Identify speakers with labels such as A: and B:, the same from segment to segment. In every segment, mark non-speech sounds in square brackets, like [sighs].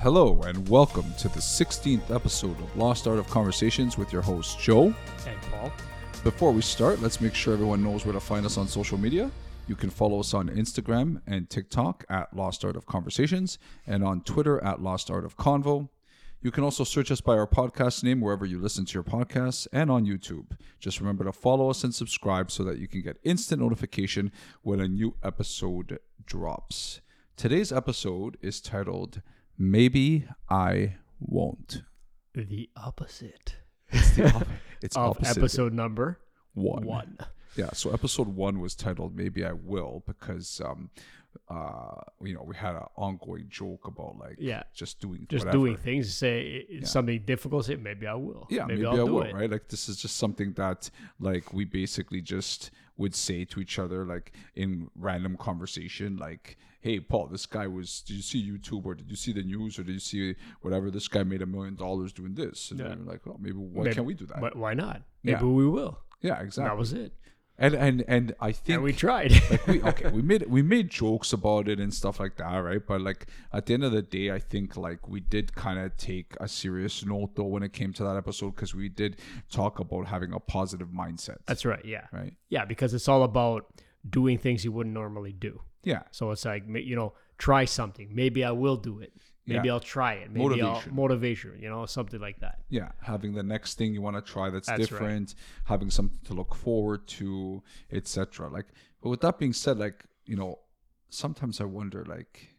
A: Hello, and welcome to the 16th episode of Lost Art of Conversations with your host, Joe.
B: And Paul.
A: Before we start, let's make sure everyone knows where to find us on social media. You can follow us on Instagram and TikTok at Lost Art of Conversations and on Twitter at Lost Art of Convo. You can also search us by our podcast name wherever you listen to your podcasts and on YouTube. Just remember to follow us and subscribe so that you can get instant notification when a new episode drops. Today's episode is titled Maybe I Won't.
B: The opposite
A: It's the op- it's
B: of
A: opposite
B: episode number
A: one.
B: one.
A: Yeah, so episode one was titled "Maybe I Will" because, um, uh, you know, we had an ongoing joke about like,
B: Yeah.
A: just doing,
B: Just
A: whatever.
B: doing things to say it- it's something difficult. Say maybe I will.
A: yeah,
B: maybe,
A: maybe,
B: I'll
A: I
B: do
A: will,
B: it.
A: right? Like, this is just something that like we basically just would say to each other, like in random conversation, like, "Hey, Paul, this guy was. Did you see YouTube or did you see the news or did you see whatever? This guy made a million dollars doing this." And then we're like, "Well, maybe why
B: Maybe-
A: can't we do that?"
B: But why not?
A: Yeah.
B: Maybe we will.
A: yeah,
B: That
A: exactly.
B: was it.
A: and and and I think
B: And we
A: [laughs]
B: tried.
A: we, okay, we made we made jokes about it and stuff like that, right? But like at the end of the day, I think like we did kind of take a serious note though when it came to that episode because we did talk about having a positive mindset,
B: [laughs] That's right. Yeah.
A: right?
B: Yeah, because it's all about doing things you wouldn't normally do.
A: Yeah,
B: So it's like ma- you know, try something. Maybe I will do it. Maybe
A: Yeah.
B: I'll try it. Maybe
A: Motivation.
B: I'll motivation. You know, something like that.
A: yeah. Having the next thing you want to try that's,
B: That's right.
A: different, having something to look forward to, etc. Like, but with that being said, like you know, sometimes I wonder like.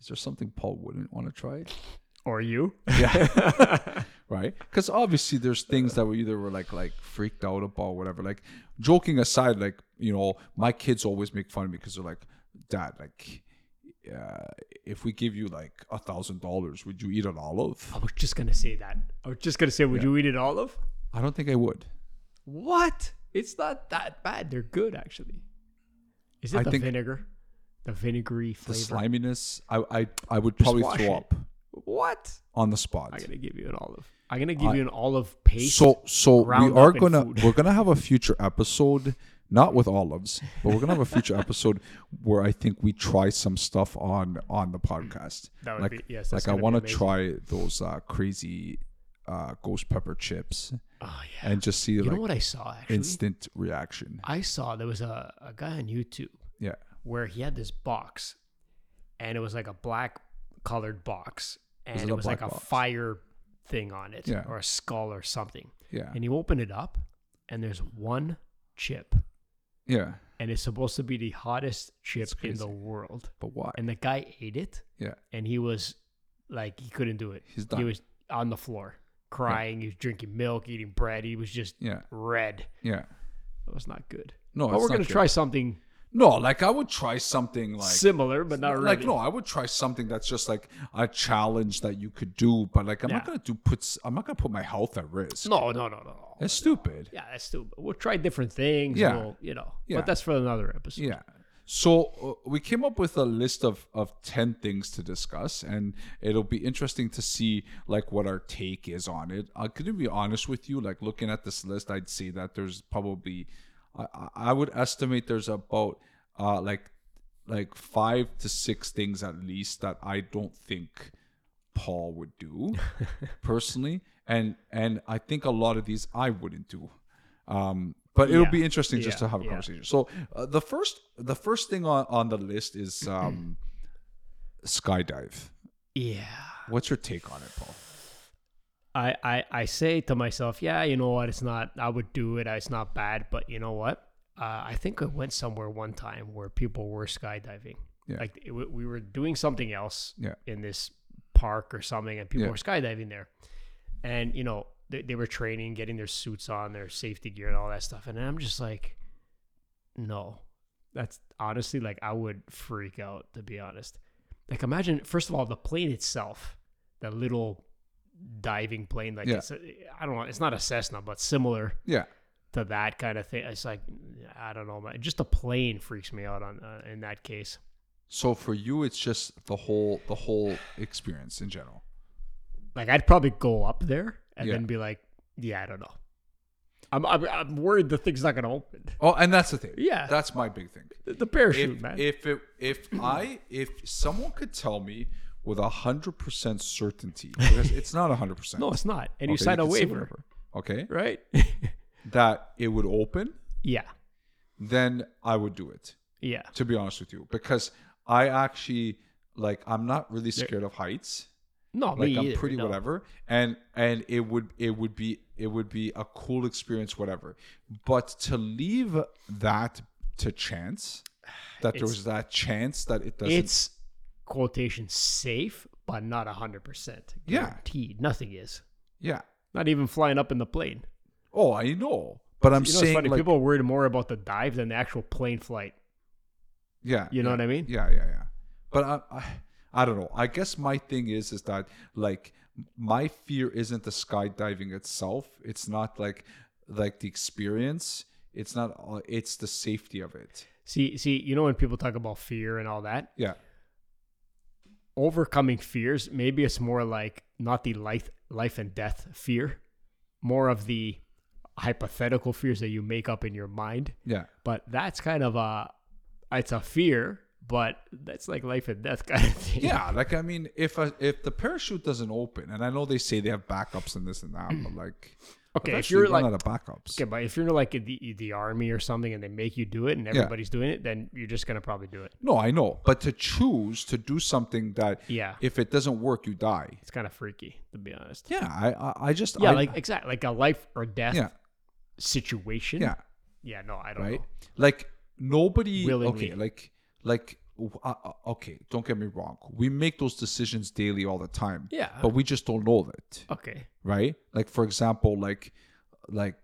A: Is there something Paul wouldn't want to try?
B: Or you?
A: Yeah. right? Because obviously there's things that we either were like like freaked out about, whatever. Like joking aside, like you know, my kids always make fun of me because they're like, "Dad, like, uh, if we give you like a thousand dollars, would you eat an olive?"
B: I was just gonna say that. I was just gonna say, would you eat an olive?
A: I don't think I would.
B: What? It's not that bad. They're good actually. Is it
A: I
B: the
A: think-
B: vinegar? The vinegary
A: The
B: flavor.
A: sliminess, I I, I would probably
B: wash
A: throw
B: it.
A: up
B: What?
A: on the spot.
B: I'm gonna give you an olive. I'm gonna give you an olive paste.
A: so so we
B: ground
A: are
B: up in
A: gonna
B: food.
A: we're gonna have a future episode not with olives but we're gonna have a future episode where i think we try some stuff on on the podcast
B: That would
A: like
B: be- yes, that's
A: like i
B: gonna be
A: want to
B: amazing.
A: try those uh crazy uh ghost pepper chips
B: oh yeah.
A: and just see
B: you know
A: like
B: what I saw actually?
A: instant reaction
B: I saw there was a, a guy on YouTube
A: yeah
B: where he had this box and it was like a black colored box and
A: it
B: it,
A: a
B: was like
A: black
B: a
A: box?
B: fire thing on it
A: Yeah.
B: or a skull or something.
A: yeah
B: And you open it up and there's one chip
A: yeah
B: and it's supposed to be the hottest chip
A: That's
B: in the
A: crazy.
B: world.
A: but why
B: And the guy ate it
A: yeah
B: and he was like he couldn't do it.
A: He's
B: He
A: done.
B: was on the floor crying, he was drinking milk, eating bread, he was just
A: yeah
B: red.
A: yeah
B: That was not good.
A: no
B: but
A: it's
B: we're
A: not
B: gonna
A: good.
B: try something
A: no like i would try something like
B: similar, but not
A: like
B: really.
A: no i would try something that's just like a challenge that you could do but like i'm not
B: Yeah.
A: gonna do puts i'm not gonna put my health at risk
B: No, no, no, no, no.
A: that's stupid
B: Yeah, that's stupid. We'll try different things.
A: Yeah.
B: We'll, you know,
A: Yeah.
B: but that's for another episode.
A: yeah so uh, we came up with a list of of 10 things to discuss and it'll be interesting to see like what our take is on it i could be honest with you like looking at this list i'd say that there's probably i, I- I would estimate there's about uh like like five to six things at least that i don't think Paul would
B: [laughs]
A: do personally, and and I think a lot of these I wouldn't do. Um, but it'll
B: Yeah,
A: be interesting just
B: yeah,
A: to have a
B: yeah.
A: conversation. So uh, the first the first thing on, on the list
B: [clears throat]
A: is um, skydive.
B: Yeah.
A: What's your take on it, Paul?
B: I, I, I say to myself, yeah, you know what? It's not, I would do it. It's not bad, but you know what? Uh, I think I went somewhere one time where people were skydiving.
A: Yeah.
B: Like it, we we were doing something else
A: Yeah.
B: in this park or something, and people
A: Yeah.
B: were skydiving there. And, you know, they, they were training, getting their suits on, their safety gear, and all that stuff. And I'm just like, no, that's honestly like, I would freak out, to be honest. Like, imagine, first of all, the plane itself, that little diving plane. Like,
A: Yeah.
B: it's a, I don't know, it's not a Cessna, but similar
A: Yeah,
B: to that kind of thing. It's like, I don't know, man. Just a plane freaks me out on uh, in that case.
A: so for you, it's just the whole the whole experience in general.
B: Like, I'd probably go up there and
A: Yeah.
B: then be like, yeah, I don't know. I'm, I'm, I'm worried the thing's not going to open.
A: Oh, and that's the thing.
B: Yeah.
A: that's my big thing.
B: The- The parachute,
A: if,
B: man.
A: if it if I if someone could tell me with a hundred percent certainty. Because it's not a hundred percent.
B: [laughs] No, it's not. And you
A: Okay,
B: sign a
A: can say
B: waiver,
A: whatever. Okay,
B: right? [laughs]
A: that it would open,
B: yeah.
A: then I would do it.
B: Yeah.
A: To be honest with you, because I actually like I'm not really scared of heights.
B: No,
A: like
B: me
A: I'm
B: either,
A: pretty
B: no.
A: whatever, and and it would it would be it would be a cool experience whatever, but to leave that to chance, [sighs] that there was that chance that it doesn't.
B: It's quotation safe, but not hundred percent
A: Yeah.
B: guaranteed. Nothing is.
A: yeah.
B: Not even flying up in the plane.
A: Oh, I know, but I'm
B: You know, it's
A: saying
B: funny.
A: like
B: People are worried more about the dive than the actual plane flight.
A: yeah,
B: You know what I mean?
A: yeah, yeah, yeah. But I, I I don't know. I guess my thing is is that like my fear isn't the skydiving itself. It's not like like the experience. It's not. uh, It's the safety of it.
B: See, see, you know when people talk about fear and all that,
A: Yeah.
B: overcoming fears. Maybe it's more like not the life, life and death fear, more of the hypothetical fears that you make up in your mind.
A: Yeah.
B: But that's kind of a, it's a fear, but that's like life and death [laughs] kind of thing.
A: Yeah, like I mean, if a, if the parachute doesn't open, and I know they say they have backups and this and that, but
B: [clears throat]
A: like,
B: Okay, if
A: eventually
B: you're
A: you
B: like
A: run out of backups,
B: Okay, but if you're like in the the army or something, and they make you do it, and everybody's doing it, then you're just gonna probably do it.
A: no, I know, but to choose to do something that,
B: Yeah.
A: if it doesn't work, you die.
B: It's kind of freaky, to be honest.
A: Yeah, I I, I just
B: Yeah,
A: I-
B: like exactly like a life or death
A: yeah
B: situation.
A: yeah
B: yeah. No, I don't
A: right
B: know.
A: like nobody
B: Willingly.
A: okay like like w- uh, uh, okay don't get me wrong we make those decisions daily all the time
B: Yeah.
A: but we just don't know that
B: Okay.
A: right? Like for example, like like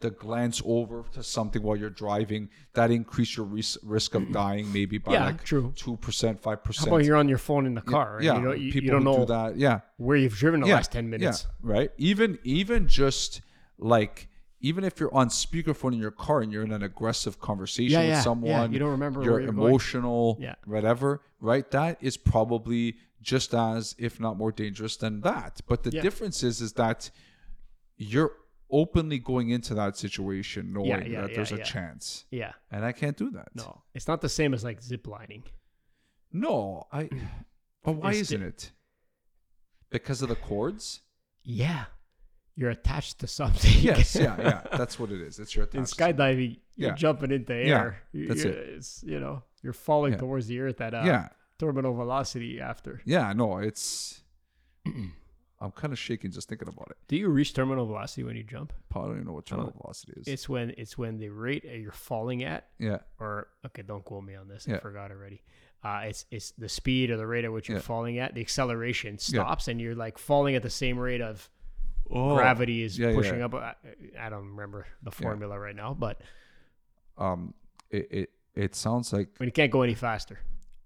A: the glance over to something while you're driving that increase your ris- risk
B: [clears throat]
A: of dying maybe by
B: Yeah,
A: like
B: true.
A: two percent, five percent.
B: How about you're on your phone in the car? and
A: yeah,
B: You don't, you,
A: people
B: you don't
A: who
B: know
A: do that. Yeah,
B: where you've driven the
A: yeah,
B: last ten minutes.
A: Yeah, right. Even even just like even if you're on speakerphone in your car and you're in an aggressive conversation
B: Yeah,
A: with
B: yeah, yeah.
A: someone,
B: You don't remember
A: you're
B: where you're going.
A: emotional,
B: Yeah.
A: whatever. Right, that is probably just as, if not more dangerous than that. But the
B: Yeah.
A: difference is, is that you're openly going into that situation knowing
B: yeah,
A: that
B: yeah,
A: there's a
B: yeah.
A: chance,
B: Yeah.
A: and I can't do that.
B: No, it's not the same as like zip lining.
A: no,
B: [clears throat]
A: I. But why
B: It's di-
A: isn't it? Because of the cords.
B: Yeah, you're attached to something.
A: Yes,
B: [laughs]
A: yeah, yeah. That's what it is. It's your
B: in
A: attachment.
B: skydiving, you're
A: Yeah.
B: jumping into
A: Yeah,
B: air. You-
A: that's
B: you-
A: it.
B: It's, you know, you're falling
A: Yeah.
B: towards the earth at a
A: yeah,
B: terminal velocity after.
A: yeah. No, it's. [clears throat] I'm kind of shaking just thinking about it.
B: Do you reach terminal velocity when you jump?
A: I don't even know what terminal velocity is.
B: Oh. It's when it's when the rate that you're falling at,
A: yeah,
B: or okay, don't quote me on this. I
A: Yeah.
B: forgot already. Uh, it's it's the speed or the rate at which you're
A: Yeah.
B: falling at. The acceleration stops, and you're like falling at the same rate of
A: oh.
B: gravity is
A: yeah, yeah,
B: pushing
A: yeah.
B: up. I, I don't remember the formula right now, but
A: Um, it, it it sounds like
B: when you can't go any faster.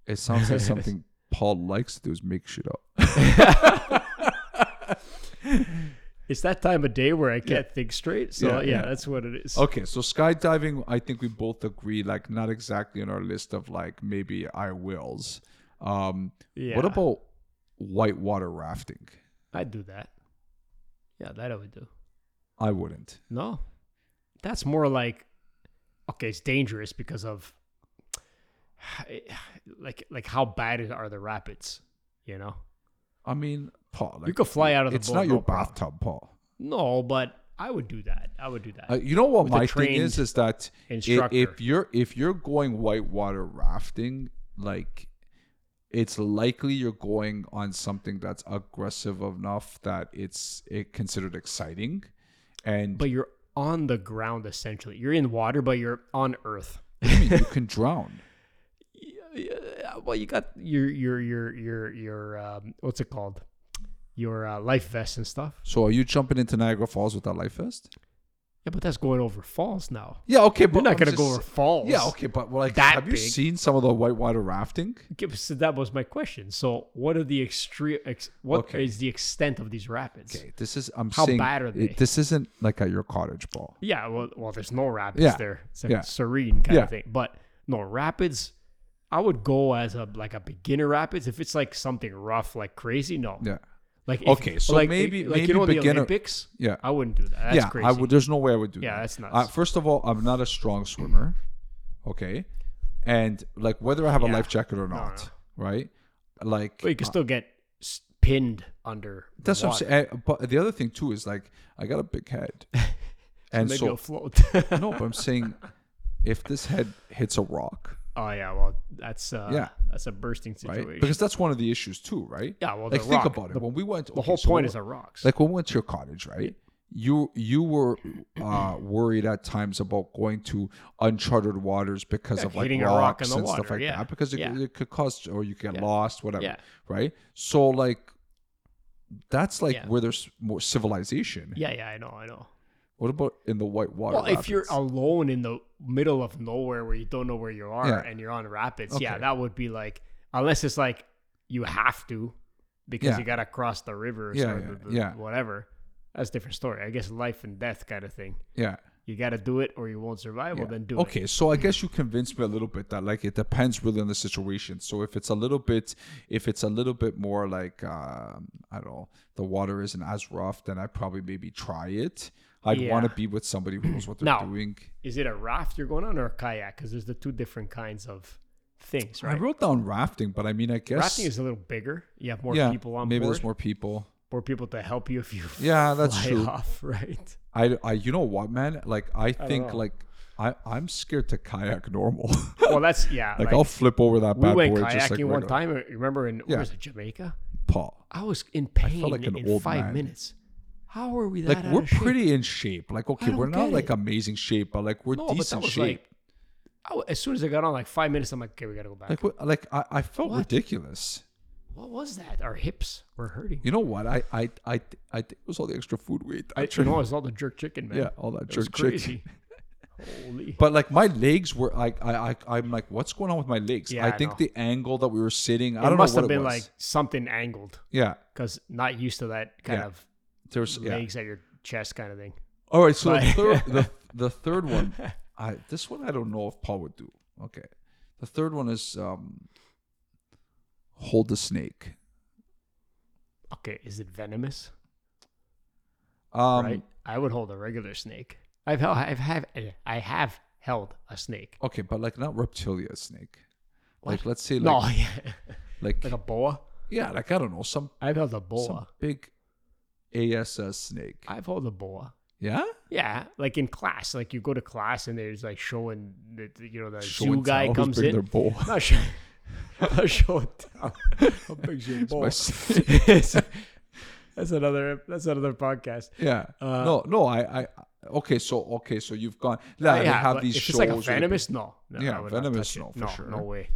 A: it sounds
B: [laughs]
A: like something Paul likes to do is make shit up.
B: It's that time of day where I can't think straight. So yeah,
A: Yeah, yeah.
B: that's what it is.
A: Okay, so skydiving, I think we both agree, like not exactly on our list of like maybe I wills. Um,
B: yeah.
A: what about whitewater rafting?
B: I'd do that. Yeah, that I would do.
A: I wouldn't.
B: No. That's more like okay, it's dangerous because of [sighs] like like how bad is- are the rapids, you know?
A: I mean, Paul, like,
B: You could fly out of the
A: it's
B: boat,
A: not your
B: no problem.
A: bathtub, Paul.
B: No, but I would do that. I would do that.
A: Uh, you know what
B: a
A: my thing
B: trained
A: is is that i-
B: instructor.
A: if you're if you're going whitewater rafting, like it's likely you're going on something that's aggressive enough that it's it considered exciting, and
B: but you're on the ground essentially. You're in water, but you're on earth.
A: I mean, [laughs]
B: [laughs]
A: you can drown.
B: Yeah, well, you got your your your your your um, what's it called? Your uh, life vest and stuff.
A: So are you jumping into Niagara Falls with that life vest?
B: Yeah, but that's going over falls now.
A: Yeah, okay, but
B: You're not
A: I'm
B: gonna
A: just-
B: go over falls.
A: Yeah, okay, but well, like,
B: That
A: have you
B: big.
A: seen some of the whitewater rafting?
B: Okay, So that was my question. So, what are the extreme? Ex, what is
A: Okay.
B: the extent of these rapids?
A: Okay, this is I'm
B: How
A: saying
B: bad are
A: it-
B: they?
A: this isn't like at your cottage ball.
B: Yeah. Well, well, there's no rapids
A: Yeah.
B: there. It's a
A: Yeah.
B: serene kind
A: Yeah.
B: of thing. But no rapids. I would go as a like a beginner rapids if it's like something rough, like crazy. No.
A: Yeah,
B: Like if-
A: Okay, so
B: like,
A: maybe-
B: like
A: maybe
B: you know the
A: beginner-
B: Olympics.
A: yeah.
B: I wouldn't do that. That's
A: yeah,
B: crazy.
A: I would. There's no way I would do that.
B: Yeah, that's nuts.
A: Uh, first of all, I'm not a strong swimmer. Okay, and like whether I have a
B: Yeah.
A: life jacket or not, right? like
B: But you can still get s- pinned under.
A: uh, That's what
B: water.
A: I'm saying. I- But the other thing too is like I got a big
B: [laughs]
A: head, and
B: Maybe
A: so
B: it'll float.
A: [laughs]
B: [laughs]
A: no. But I'm saying if this head hits a rock,
B: oh yeah, well that's uh,
A: Yeah.
B: that's a bursting
A: right?
B: situation.
A: Because that's one of the issues too, right?
B: yeah, well the
A: like think
B: rock-
A: about it.
B: The,
A: when we went,
B: the whole point is the rocks.
A: like when we went to your cottage, right? You you were uh, worried at times about going to uncharted waters because
B: Yeah,
A: of like
B: hitting a
A: rocks
B: rock in the
A: and stuff
B: water,
A: like
B: yeah,
A: that because it,
B: yeah.
A: it could cause or you get
B: Yeah.
A: lost, whatever,
B: Yeah.
A: right? So like that's like
B: Yeah.
A: where there's more civilization.
B: yeah, yeah, I know, I know.
A: What about in the white water?
B: Well, if you're
A: rapids?
B: alone in the middle of nowhere where you don't know where you are
A: Yeah.
B: and you're on rapids, yeah,
A: Okay.
B: that would be like unless it's like you have to because
A: Yeah.
B: you gotta cross the river or
A: Yeah,
B: yeah,
A: yeah, yeah.
B: whatever. That's a different story. I guess life and death kind of thing.
A: yeah.
B: You gotta do it or you won't survive. Well,
A: Yeah.
B: then do it.
A: okay, so I guess you convinced me a little bit that like it depends really on the situation. So if it's a little bit, if it's a little bit more like um, I don't know, the water isn't as rough, then I probably maybe try it. I'd want to
B: Yeah.
A: be with somebody who knows what they're
B: Now,
A: doing.
B: Is it a raft you're going on or a kayak? Because there's the two different kinds of things,
A: I
B: right?
A: wrote down rafting, but I mean, I guess
B: Rafting is a little bigger. You have more
A: yeah,
B: people on
A: maybe
B: board.
A: there's more people.
B: more people to help you if you
A: Yeah, that's
B: fly
A: true.
B: [laughs] off, right?
A: I, I, you know what, man? Like I think
B: know.
A: like I, I'm scared to kayak normal. [laughs]
B: Well, that's yeah.
A: like, I'll flip over that
B: we
A: bad
B: went
A: boy
B: kayaking
A: just like
B: one
A: regular-
B: time. uh, Remember in
A: Yeah.
B: where was it, Jamaica?
A: Paul.
B: I was in pain
A: like an
B: in
A: old
B: five
A: man.
B: minutes. How are we that?
A: like
B: out
A: we're
B: of shape?
A: pretty in shape. Like okay,
B: don't
A: we're not
B: get
A: like
B: it.
A: amazing shape, but like we're
B: No, but that
A: decent
B: was
A: shape.
B: like. I w as soon as I got on, like five minutes, I'm like, okay, we gotta go back.
A: Like, what- like I, I felt
B: What?
A: ridiculous.
B: what was that? Our hips were hurting.
A: You know what? I, I, I, th- I think it was all the extra food we ate.
B: I
A: actually.
B: know it was all the jerk chicken, man.
A: [laughs] yeah, all that
B: it was
A: jerk chicken. [laughs]
B: crazy. [laughs] Holy.
A: But like my legs were like, I, I, I'm like, what's going on with my legs?
B: Yeah,
A: I
B: I
A: think
B: know.
A: the angle that we were sitting, I
B: it
A: don't
B: must
A: know what
B: have
A: it
B: been
A: was.
B: like something angled
A: yeah,
B: because not used to that kind
A: Yeah.
B: of
A: there's yeah.
B: legs at your chest kind of thing.
A: All right, so the
B: Like- [laughs]
A: third, the, the third one, I this one I don't know if Paul would do. Okay, the third one is um, hold the snake.
B: Okay, is it venomous?
A: Um,
B: right? I would hold a regular snake. I've held, I've have I have held a snake.
A: Okay, but like not reptilia snake. Like let's say
B: no, [laughs]
A: like
B: yeah.
A: like,
B: like a boa.
A: yeah, like I don't know some
B: I've held a
A: some
B: boa.
A: big ASS snake.
B: I've held a boa.
A: Yeah,
B: Yeah, like in class, like you go to class and there's like showing the the- you know the
A: Show
B: zoo
A: and tell,
B: guy
A: who's
B: comes
A: bringing
B: in.
A: Their bowl.
B: Not show, [laughs] not show and
A: [laughs]
B: tell. A big zoo boa. [laughs]
A: snake.
B: that's another. That's another podcast.
A: Yeah.
B: Uh,
A: no, no. I, I. Okay, so okay, so you've gone. Yeah, they have
B: but
A: these
B: if
A: shows.
B: it's like a
A: where they-
B: venomous, no, no
A: Yeah,
B: I would not
A: venomous,
B: touch it.
A: no, for
B: no,
A: sure.
B: no way.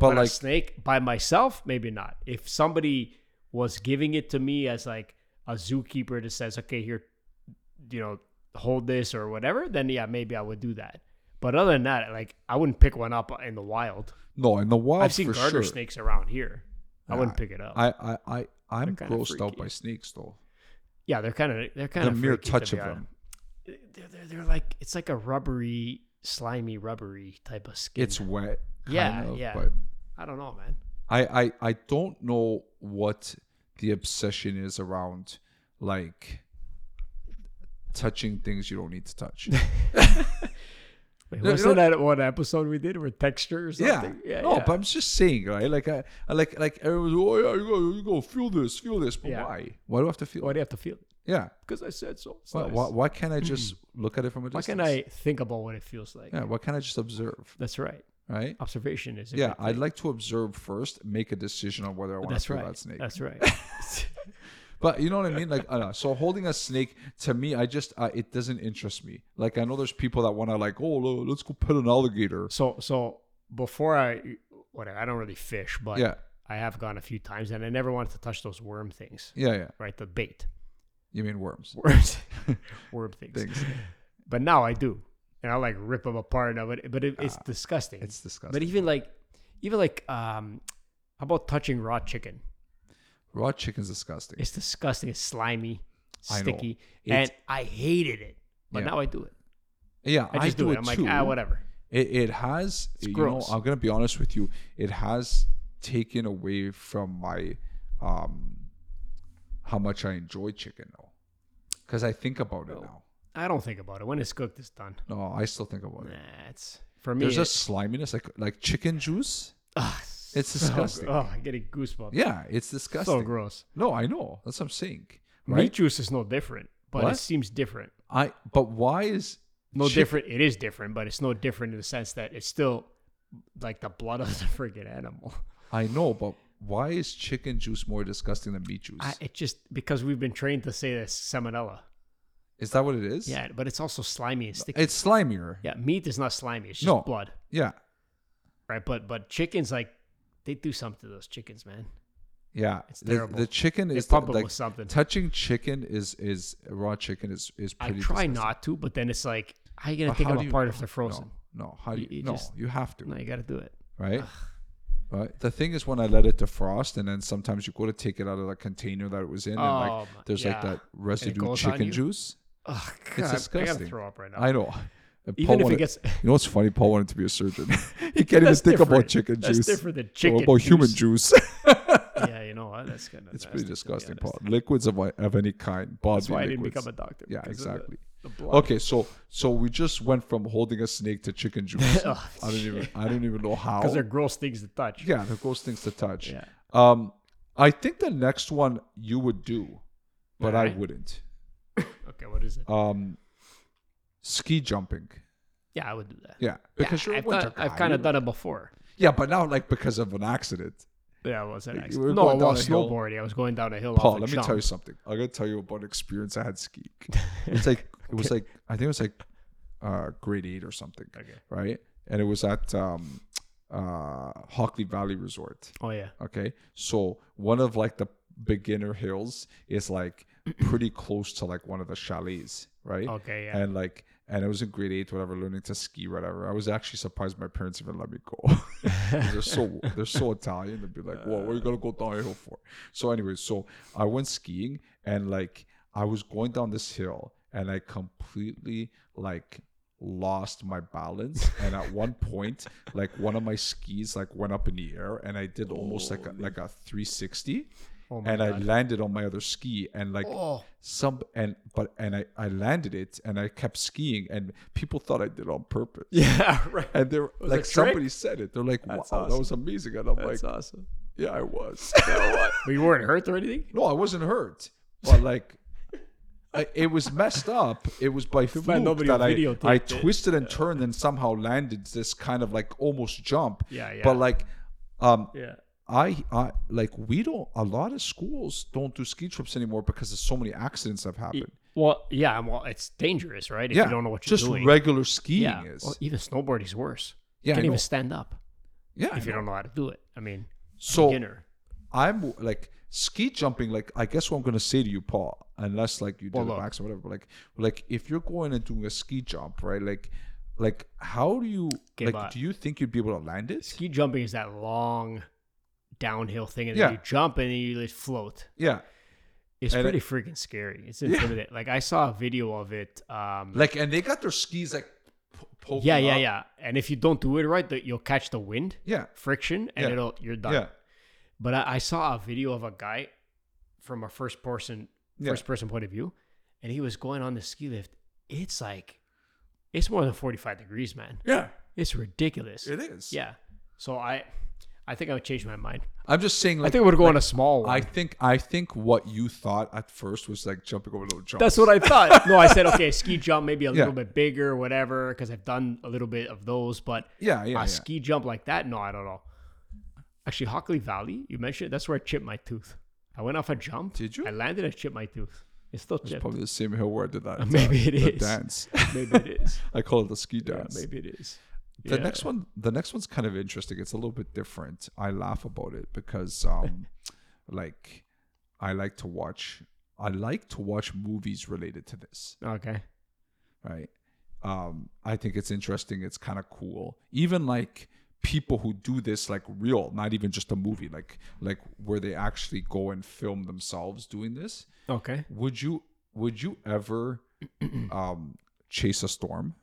A: but,
B: but
A: like
B: a snake by myself, maybe not. If somebody was giving it to me as like a zookeeper that says, "Okay, here, you know, hold this or whatever," then yeah, maybe I would do that. But other than that, like I wouldn't pick one up in the wild.
A: no, in the wild.
B: I've seen
A: Oh, for
B: garter
A: sure.
B: snakes around here. I wouldn't pick it up.
A: I, I, I, I'm
B: kinda
A: grossed out
B: freaky.
A: by snakes though.
B: yeah, they're kind of they're kind
A: The
B: of
A: mere touch of them.
B: They're, they're they're like it's like a rubbery, slimy, rubbery type of skin.
A: It's wet. Kind
B: Yeah,
A: of,
B: yeah.
A: But
B: I don't know, man.
A: I, I, I don't know what the obsession is around like touching things you don't need to
B: [laughs]
A: touch.
B: Wait,
A: No, you
B: wasn't that one episode we did with texture or something?
A: Yeah. no, but I'm just saying, right? Like I, I like like everyone's oh yeah, you go, you go, feel this, feel this. But
B: Yeah.
A: why? Why do I have to feel
B: Why
A: it?
B: do you have to feel it?
A: Yeah.
B: Because I said so. It's
A: Why,
B: nice.
A: why, why can't I
B: [clears throat]
A: just look at it from a
B: Why
A: distance?
B: can't I think about what it feels like?
A: Yeah, why can't I just observe?
B: That's right.
A: Right?
B: Oh, Observation is. A
A: Yeah,
B: good
A: I'd
B: thing.
A: like to observe first, make a decision on whether I want to
B: That's
A: feel
B: right.
A: that snake. [laughs]
B: That's right.
A: But you know what I mean? Like, I don't know. so holding a snake to me, I just uh, it doesn't interest me. Like, I know there's people that want to like, oh, lo- let's go pet an alligator.
B: so so before I whatever I don't really fish, but
A: Yeah,
B: I have gone a few times and I never wanted to touch those worm things.
A: yeah, yeah.
B: Right, the
A: [laughs]
B: bait
A: You mean worms? [laughs]
B: worms, worm things.
A: Things.
B: But now I do, and I like rip them apart and I would, but it, it's disgusting.
A: Ah, It's disgusting.
B: but even like even like um, how about touching raw chicken?
A: Raw chicken's disgusting.
B: It's disgusting. It's slimy,
A: I know.
B: sticky,
A: It's-
B: and I hated it. But
A: Yeah.
B: now I do it.
A: yeah,
B: I just
A: do, it.
B: I'm like,
A: too.
B: ah, whatever.
A: It, it has. you
B: gross.
A: know, I'm gonna be honest with you. It has taken away from my, um, how much I enjoy chicken though, because I think about
B: Oh.
A: it now.
B: I don't think about it. When it's cooked, it's done.
A: No, I still think about
B: Nah,
A: it.
B: it's for me.
A: There's a
B: There's
A: sliminess, like like chicken juice. It's disgusting.
B: [laughs] Oh, I'm getting goosebumps.
A: yeah, it's disgusting.
B: so gross.
A: No, I know. That's what I'm saying.
B: Meat
A: Right?
B: juice is no different, but
A: What?
B: it seems different.
A: I but why is
B: No
A: chick-
B: different. It is different, but it's no different in the sense that it's still like the blood [laughs] of the freaking animal.
A: I know, but why is chicken juice more disgusting than meat juice?
B: I, it just because we've been trained to say this salmonella.
A: is that what it is?
B: Yeah, but it's also slimy and sticky.
A: It's slimier.
B: yeah, meat is not slimy. It's just
A: No.
B: blood,
A: Yeah.
B: right? But but chickens like they do something to those chickens, man.
A: Yeah.
B: It's
A: the,
B: terrible.
A: the chicken
B: They
A: is
B: pump 'em
A: like,
B: with something.
A: touching chicken is is raw chicken is is
B: I
A: pretty
B: try
A: disgusting.
B: not to, but then it's like how you gonna
A: But
B: take
A: how
B: them
A: do you-
B: apart if they're frozen?
A: No, no how do you,
B: You- you
A: no,
B: just-
A: you have to.
B: No, you gotta do it.
A: right? Right. The thing is, when I let it defrost, and then sometimes you go to take it out of the container that it was in, and
B: Oh,
A: like
B: my-
A: there's like
B: yeah.
A: that residue
B: goes on
A: chicken
B: you?
A: juice.
B: Oh, God, I gotta
A: disgusting.
B: throw up right now.
A: I know. [laughs] And
B: Even if it
A: wanted- [laughs]
B: gets-
A: you know what's funny? Paul wanted to be a
B: [laughs]
A: surgeon. [laughs] he can't even
B: That's
A: think about
B: different.
A: chicken
B: That's
A: juice.
B: different than
A: Or
B: chicken
A: about human
B: [laughs] juice.
A: juice.
B: yeah, you know what? That's kind of
A: it's pretty disgusting, Paul. Liquids of, uh, of any kind, body
B: That's why I didn't
A: liquids.
B: become a doctor.
A: Yeah,
B: because of the-
A: exactly.
B: The, blood.
A: Okay, so so we just went from holding a snake to chicken juice. I
B: [laughs] Oh,
A: don't [laughs] even I don't even know how.
B: Because they're gross things to touch.
A: Yeah, they're gross things to touch.
B: Yeah.
A: Um, I think the next one you would do, but I
B: Alright.
A: wouldn't.
B: Okay, what is it?
A: Um, ski jumping.
B: yeah, I would do that.
A: Yeah, because you're a
B: I've,
A: winter
B: done- I've
A: guy,
B: kind
A: you're-
B: of done it before.
A: Yeah, but now like because of an accident.
B: Yeah, well, was that
A: you were
B: accident? No, I
A: going down
B: was
A: a hill.
B: snowboarding. I was going down a hill.
A: Paul,
B: off a
A: let me
B: jump.
A: tell you something. I'm gonna tell you about an experience I had
B: [laughs]
A: skiing. It's like it was like I think it was like uh, grade eight or something,
B: Okay.
A: right? And it was at um, uh, Hockley Valley Resort.
B: Oh yeah.
A: Okay. So one of like the beginner hills is like pretty close to like one of the chalets, right?
B: Okay, Oh, yeah.
A: And [laughs] like and I was in grade eight, whatever, learning to ski, whatever. I was actually surprised my parents even let me go. [laughs] 'Cause they're
B: [laughs]
A: so they're so Italian. They'd be like, "Whoa, what are you gonna go downhill for?" So, anyway, so I went skiing and like I was going down this hill and I completely like lost my balance and at one point like one of my skis like went up in the air and I did almost like a like a 360
B: Oh my
A: and I
B: god.
A: landed on my other ski and like
B: oh,
A: some and but and I I landed it and I kept skiing and people thought I did it on purpose.
B: yeah, right.
A: And they're
B: a
A: like
B: trick?
A: somebody said it. They're like, "Wow,
B: That's
A: that
B: awesome.
A: was amazing!" And I'm like,
B: awesome.
A: "Yeah, I
B: [laughs]
A: was."
B: But you weren't hurt or anything?
A: no, I wasn't
B: [laughs]
A: hurt, but like, I, it was messed up. It was by fluke
B: nobody
A: that I,
B: videotaped
A: I
B: it.
A: twisted and turned and somehow landed this kind of like almost jump.
B: Yeah, yeah.
A: But like, um,
B: Yeah.
A: I, I like we don't. A lot of schools don't do ski trips anymore because there's so many accidents have happened.
B: Well, yeah. Well, it's dangerous, right? If you don't know what you're
A: just
B: doing.
A: regular skiing
B: yeah.
A: is.
B: Well, even snowboarding's worse.
A: yeah, I
B: Can't
A: know.
B: even stand up
A: yeah. I
B: if you
A: know.
B: don't know how to do it. I mean,
A: so
B: beginner.
A: I'm like ski jumping. Like I guess what I'm gonna say to you, Paul, unless like you did
B: Well,
A: a
B: look.
A: back or whatever. But like, like if you're going and doing a ski jump, right? Like, like how do you like?
B: but-
A: Do you think you'd be able to land it?
B: Ski jumping is that long downhill thing, and
A: Yeah.
B: then you jump and then you just float.
A: Yeah,
B: It's
A: And
B: pretty freaking scary. It's intimidating. Like I saw a video of it. Um,
A: like and they got their skis like po- poking.
B: yeah, yeah,
A: up.
B: yeah. And if you don't do it right, the, you'll catch the wind
A: yeah,
B: friction, and
A: Yeah.
B: it'll you're done.
A: yeah.
B: But I, I saw a video of a guy from a first person
A: Yeah.
B: first person point of view, and he was going on the ski lift. It's like it's more than forty five degrees, man.
A: Yeah,
B: It's ridiculous.
A: it is.
B: Yeah. So I, I think I would change my mind.
A: I'm just saying.
B: I
A: Like,
B: think I would go on a small one.
A: I think I think what you thought at first was like jumping over little jumps.
B: That's what I [laughs] thought. No, I said okay, ski jump maybe a
A: Yeah.
B: little bit bigger, whatever, because I've done a little bit of those. But
A: Yeah, yeah,
B: a
A: yeah.
B: ski jump like that, no, I don't know. Actually, Hockley Valley, you mentioned it, that's where I chipped my tooth. I went off a jump.
A: Did you?
B: I landed. I chipped my tooth. It's still chipped.
A: Probably the same hill where I did that.
B: [laughs] maybe
A: that,
B: it
A: that
B: is.
A: dance.
B: maybe it [laughs] is.
A: I call it the ski
B: Yeah,
A: dance.
B: maybe it is.
A: The
B: Yeah.
A: next one, the next one's kind of interesting. It's a little bit different. I laugh about it
B: [laughs]
A: because, um, like, I like to watch. I like to watch movies related to this.
B: Okay.
A: Right. Um, I think it's interesting. It's kind of cool. Even like people who do this, like real, not even just a movie, like like where they actually go and film themselves doing this.
B: Okay.
A: Would you Would you
B: [clears throat]
A: ever um, chase a storm?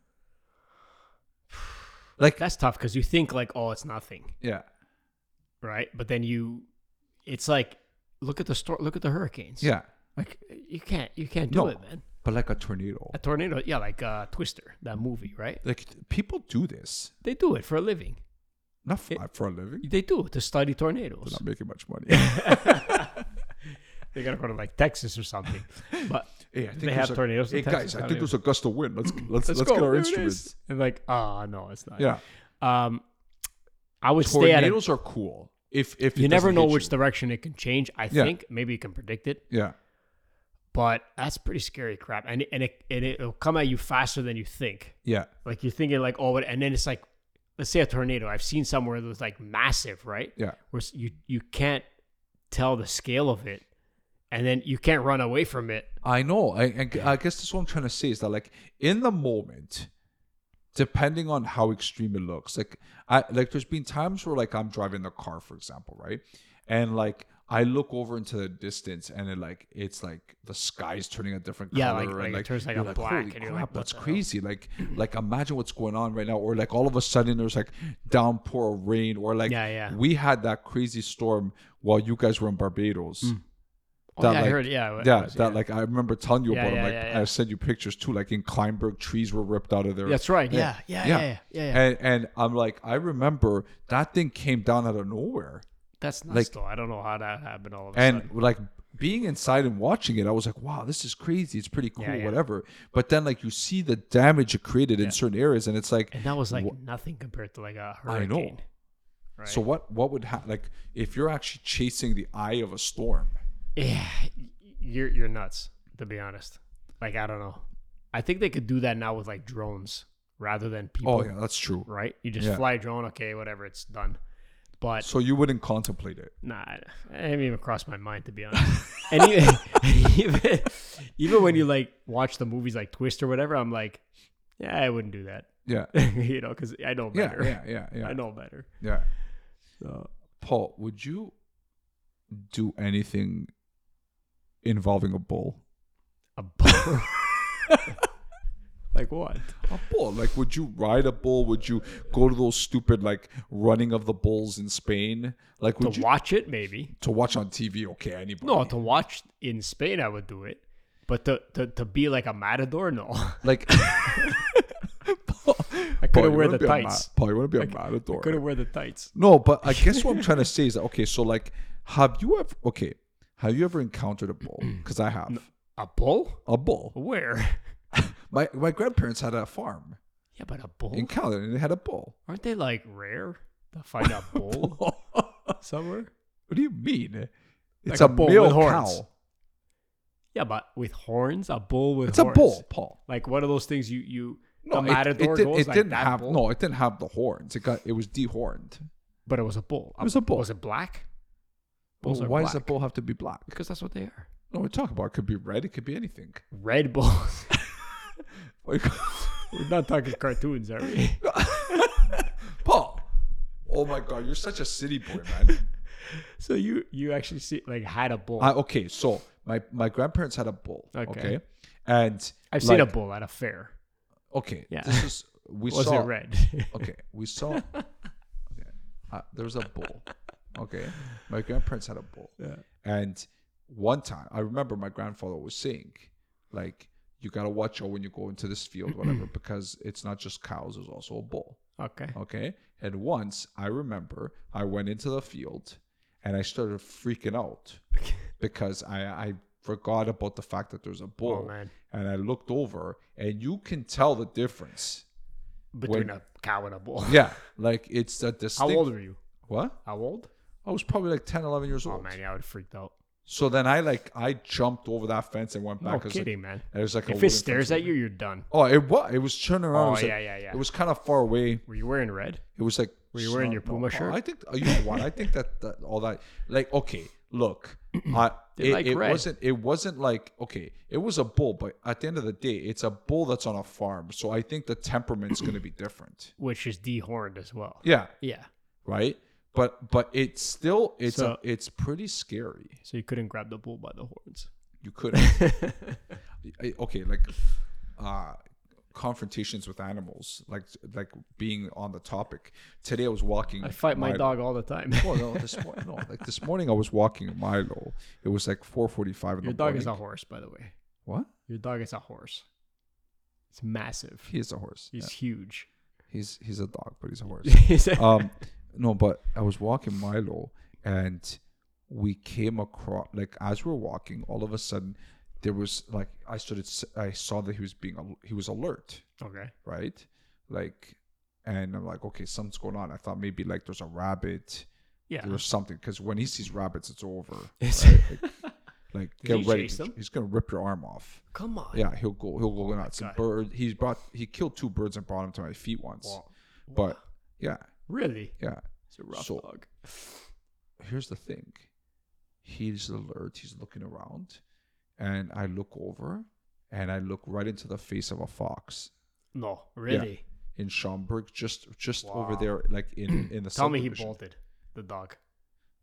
A: Like,
B: That's tough because you think like, oh, it's nothing,
A: yeah.
B: right? But then you, it's like, look at the store. Look at the hurricanes.
A: Yeah.
B: Like you can't. You can't do
A: No.
B: it, man.
A: But like a tornado.
B: A tornado, yeah, like uh, Twister, that movie, right?
A: Like people do this.
B: They do it for a living.
A: Not fly for a living.
B: They do to study
A: They're
B: tornadoes.
A: not making much
B: [laughs]
A: money.
B: They gotta go to like Texas or [laughs] something. But
A: hey, I think
B: They have
A: there's a-
B: tornadoes in
A: Hey
B: Texas?
A: guys,
B: I
A: I
B: don't
A: think
B: even-
A: there's a gust of wind.
B: [laughs]
A: Let's let's let's,
B: go,
A: get
B: there
A: our
B: it is.
A: instruments.
B: And like, ah, no, it's not.
A: Yeah,
B: Um, I would stay at it.
A: tornadoes are cool. If if it
B: You never
A: doesn't
B: know
A: hit
B: which
A: you.
B: direction it can change. I
A: Yeah.
B: think maybe you can predict it,
A: yeah
B: but that's pretty scary crap. And and it and it'll come at you faster than you think.
A: yeah
B: Like you're thinking like, oh, what- and then it's like, let's say a tornado. I've seen somewhere that was like massive, right?
A: yeah
B: Where s- you you can't tell the scale of it, and then you can't run away from it.
A: I know. I, I, I guess that's what I'm trying to say is that like in the moment, depending on how extreme it looks, like I like there's been times where like I'm driving the car, for example, right, and like I look over into the distance and it like it's like the sky's turning a different
B: Yeah,
A: color
B: like-
A: and
B: like, it turns, like,
A: you're
B: a black,
A: "Holy
B: and you're
A: crap,
B: like, what
A: that's
B: the hell?"
A: crazy. Like like imagine what's going on right now, or like all of a sudden there's like downpour of rain, or like
B: Yeah, yeah.
A: we had that crazy storm while you guys were in Barbados.
B: Oh,
A: That,
B: yeah, I
A: like-
B: heard. Yeah, it
A: Yeah,
B: was-
A: that like I remember telling you
B: Yeah,
A: about.
B: yeah,
A: them. like
B: yeah, yeah.
A: I sent you pictures too. Like in Kleinberg, trees were ripped out of there.
B: That's right. Yeah, yeah, yeah,
A: Yeah.
B: yeah, yeah. yeah,
A: And and I'm like, I remember that thing came down out of nowhere,
B: That's nuts,
A: like-
B: though. I don't know how that happened all of a
A: and
B: sudden.
A: like being inside and watching it, I was like, wow, this is crazy. It's pretty cool,
B: Yeah, yeah.
A: whatever. But then like you see the damage it created in certain areas, and it's like,
B: And that was like
A: wha-
B: nothing compared to like a
A: I
B: hurricane.
A: know.
B: Right?
A: so what what would happen? Like if you're actually chasing the eye of a storm,
B: yeah, you're you're nuts. To be honest, like I don't know. I think they could do that now with like drones rather than people.
A: oh yeah, that's true.
B: Right? You just
A: Yeah.
B: fly a drone. Okay, whatever. It's done. But
A: So you wouldn't contemplate it.
B: Nah, I I haven't even crossed my mind to be honest.
A: [laughs]
B: And even, [laughs] even even when you like watch the movies like Twist or whatever, I'm like, yeah, I wouldn't do that. [laughs]
A: Yeah,
B: you know, because I know
A: yeah,
B: better.
A: yeah, yeah, yeah.
B: [laughs] I know better.
A: Yeah. [laughs] Paul, would you do anything involving a bull?
B: A [laughs] bull. like what?
A: A bull? Like, would you ride a bull? Would you go to those stupid like running of the bulls in Spain? Like, would
B: to
A: you
B: watch it, maybe.
A: to watch on TV? Okay, anybody?
B: No, to watch in Spain, I would do it. But to, to, to be like a matador, no. [laughs]
A: [laughs] like. Paul, I
B: wear the tights.
A: Paul, you want to be a matador?
B: Couldn't wear the tights.
A: No, but I guess what I'm trying to say is that okay. So, like, have you ever okay? Have you ever encountered a [clears throat] bull? Because I have
B: A bull?
A: a bull.
B: Where? [laughs]
A: My my grandparents had a farm.
B: Yeah, but a bull?
A: in Canada and it had a [laughs] bull.
B: Aren't they like rare to find
A: [laughs]
B: a bull
A: what
B: somewhere?
A: do you mean? It's
B: Like a
A: a,
B: bull
A: male
B: with horns.
A: cow.
B: Yeah, but with horns, a bull with
A: It's
B: horns.
A: a bull, Paul.
B: Like one of those things you you the
A: it-
B: matador
A: it, did-
B: goes
A: it
B: like
A: didn't
B: that
A: have
B: bull,
A: no, it didn't have the horns. It got it was dehorned.
B: but it was a bull.
A: It was a bull.
B: Was it black? Bulls
A: Well,
B: are
A: why does a
B: black.
A: bull have to be black?
B: Because that's what they are.
A: No, we're talking about it could be red, it could be anything.
B: Red bulls. [laughs]
A: Like, [laughs]
B: We're not talking cartoons, are we?
A: Paul. Oh my god, you're such a city boy, [laughs] man.
B: So you you actually see like had a bull.
A: I, okay, so my, my grandparents had a bull.
B: Okay.
A: Okay. And
B: I've seen a
A: like-
B: bull at a fair.
A: Okay.
B: Yeah.
A: This is we
B: [laughs] Was
A: saw
B: it red?
A: okay, we saw. Okay, uh, there was a bull. Okay, my grandparents had a bull, and one time I remember my grandfather was saying, like, you gotta watch out when you go into this field, whatever, because it's not just cows; there's also a bull.
B: okay.
A: Okay, and once I remember I went into the field, and I started freaking out because I I forgot about the fact that there's a bull,
B: man.
A: and I looked over, and you can tell the difference.
B: Between a cow and a bull.
A: Yeah, like it's a
B: How
A: distinct.
B: old were you?
A: What?
B: How old?
A: I was probably like 10, 11 years
B: Oh
A: old.
B: man, yeah, I would have freaked out.
A: So then I like I jumped over that fence and went
B: No
A: back. I was like-
B: kidding, man.
A: it was like a
B: If
A: wooden
B: it stares
A: fence.
B: at you, you're done.
A: Oh, it was. It was turning around. it
B: Oh
A: was
B: yeah,
A: like,
B: yeah, yeah.
A: It was kind of far away.
B: Were you wearing red?
A: It was like. Were
B: you wearing your Puma shirt?
A: I think. uh, You know what? I think that, that all that. Like okay, look.
B: [clears throat]
A: I,
B: They
A: it
B: like
A: it
B: red.
A: wasn't. It wasn't like okay. It was a bull, but at the end of the day, it's a bull that's on a farm. So I think the temperament's going to be different.
B: Which is dehorned as well.
A: Yeah.
B: Yeah.
A: Right. But but it's still it's
B: So-
A: a, it's pretty scary.
B: So you couldn't grab the bull by the horns.
A: You couldn't. I- okay, like uh confrontations with animals, like like being on the topic. Today I was walking.
B: I fight my dog all the [laughs] time.
A: [laughs] Well, no, this morning, no, like this morning I was walking Milo. It was like 4:45 in
B: Your
A: the
B: dog
A: morning.
B: is a horse, by the way.
A: what?
B: Your dog is a horse. It's massive.
A: He is a horse.
B: He's huge. [laughs]
A: He's he's a dog, but he's a horse.
B: He's a-
A: um, No, but I was walking Milo and we came across like as we're walking, all of a sudden there was like I started s- I saw that he was being al- he was alert,
B: Okay.
A: right? Like and I'm like, okay, something's going on. I thought maybe like there's a rabbit
B: Yeah. [laughs]
A: or something because when he sees rabbits, it's over.
C: It's-
A: right? Like, like,
B: Did
A: get
B: he
A: ready.
B: chase them?
A: He's gonna rip your arm off.
B: Come on.
A: Yeah, he'll go. He'll go nuts. And
B: God.
A: bird. He's brought. He killed two birds and brought them to my feet once.
B: Wow.
A: But yeah,
B: Really?
A: yeah.
C: It's a rough
A: So-
C: dog.
A: Here's the thing. He's alert. He's looking around, and I look over, and I look right into the face of a fox
B: No. Really?
A: in Schaumburg, just just over
B: Wow.
A: there, like
B: [clears throat]
A: in in the.
B: Tell me he
A: subdivision.
B: bolted the dog.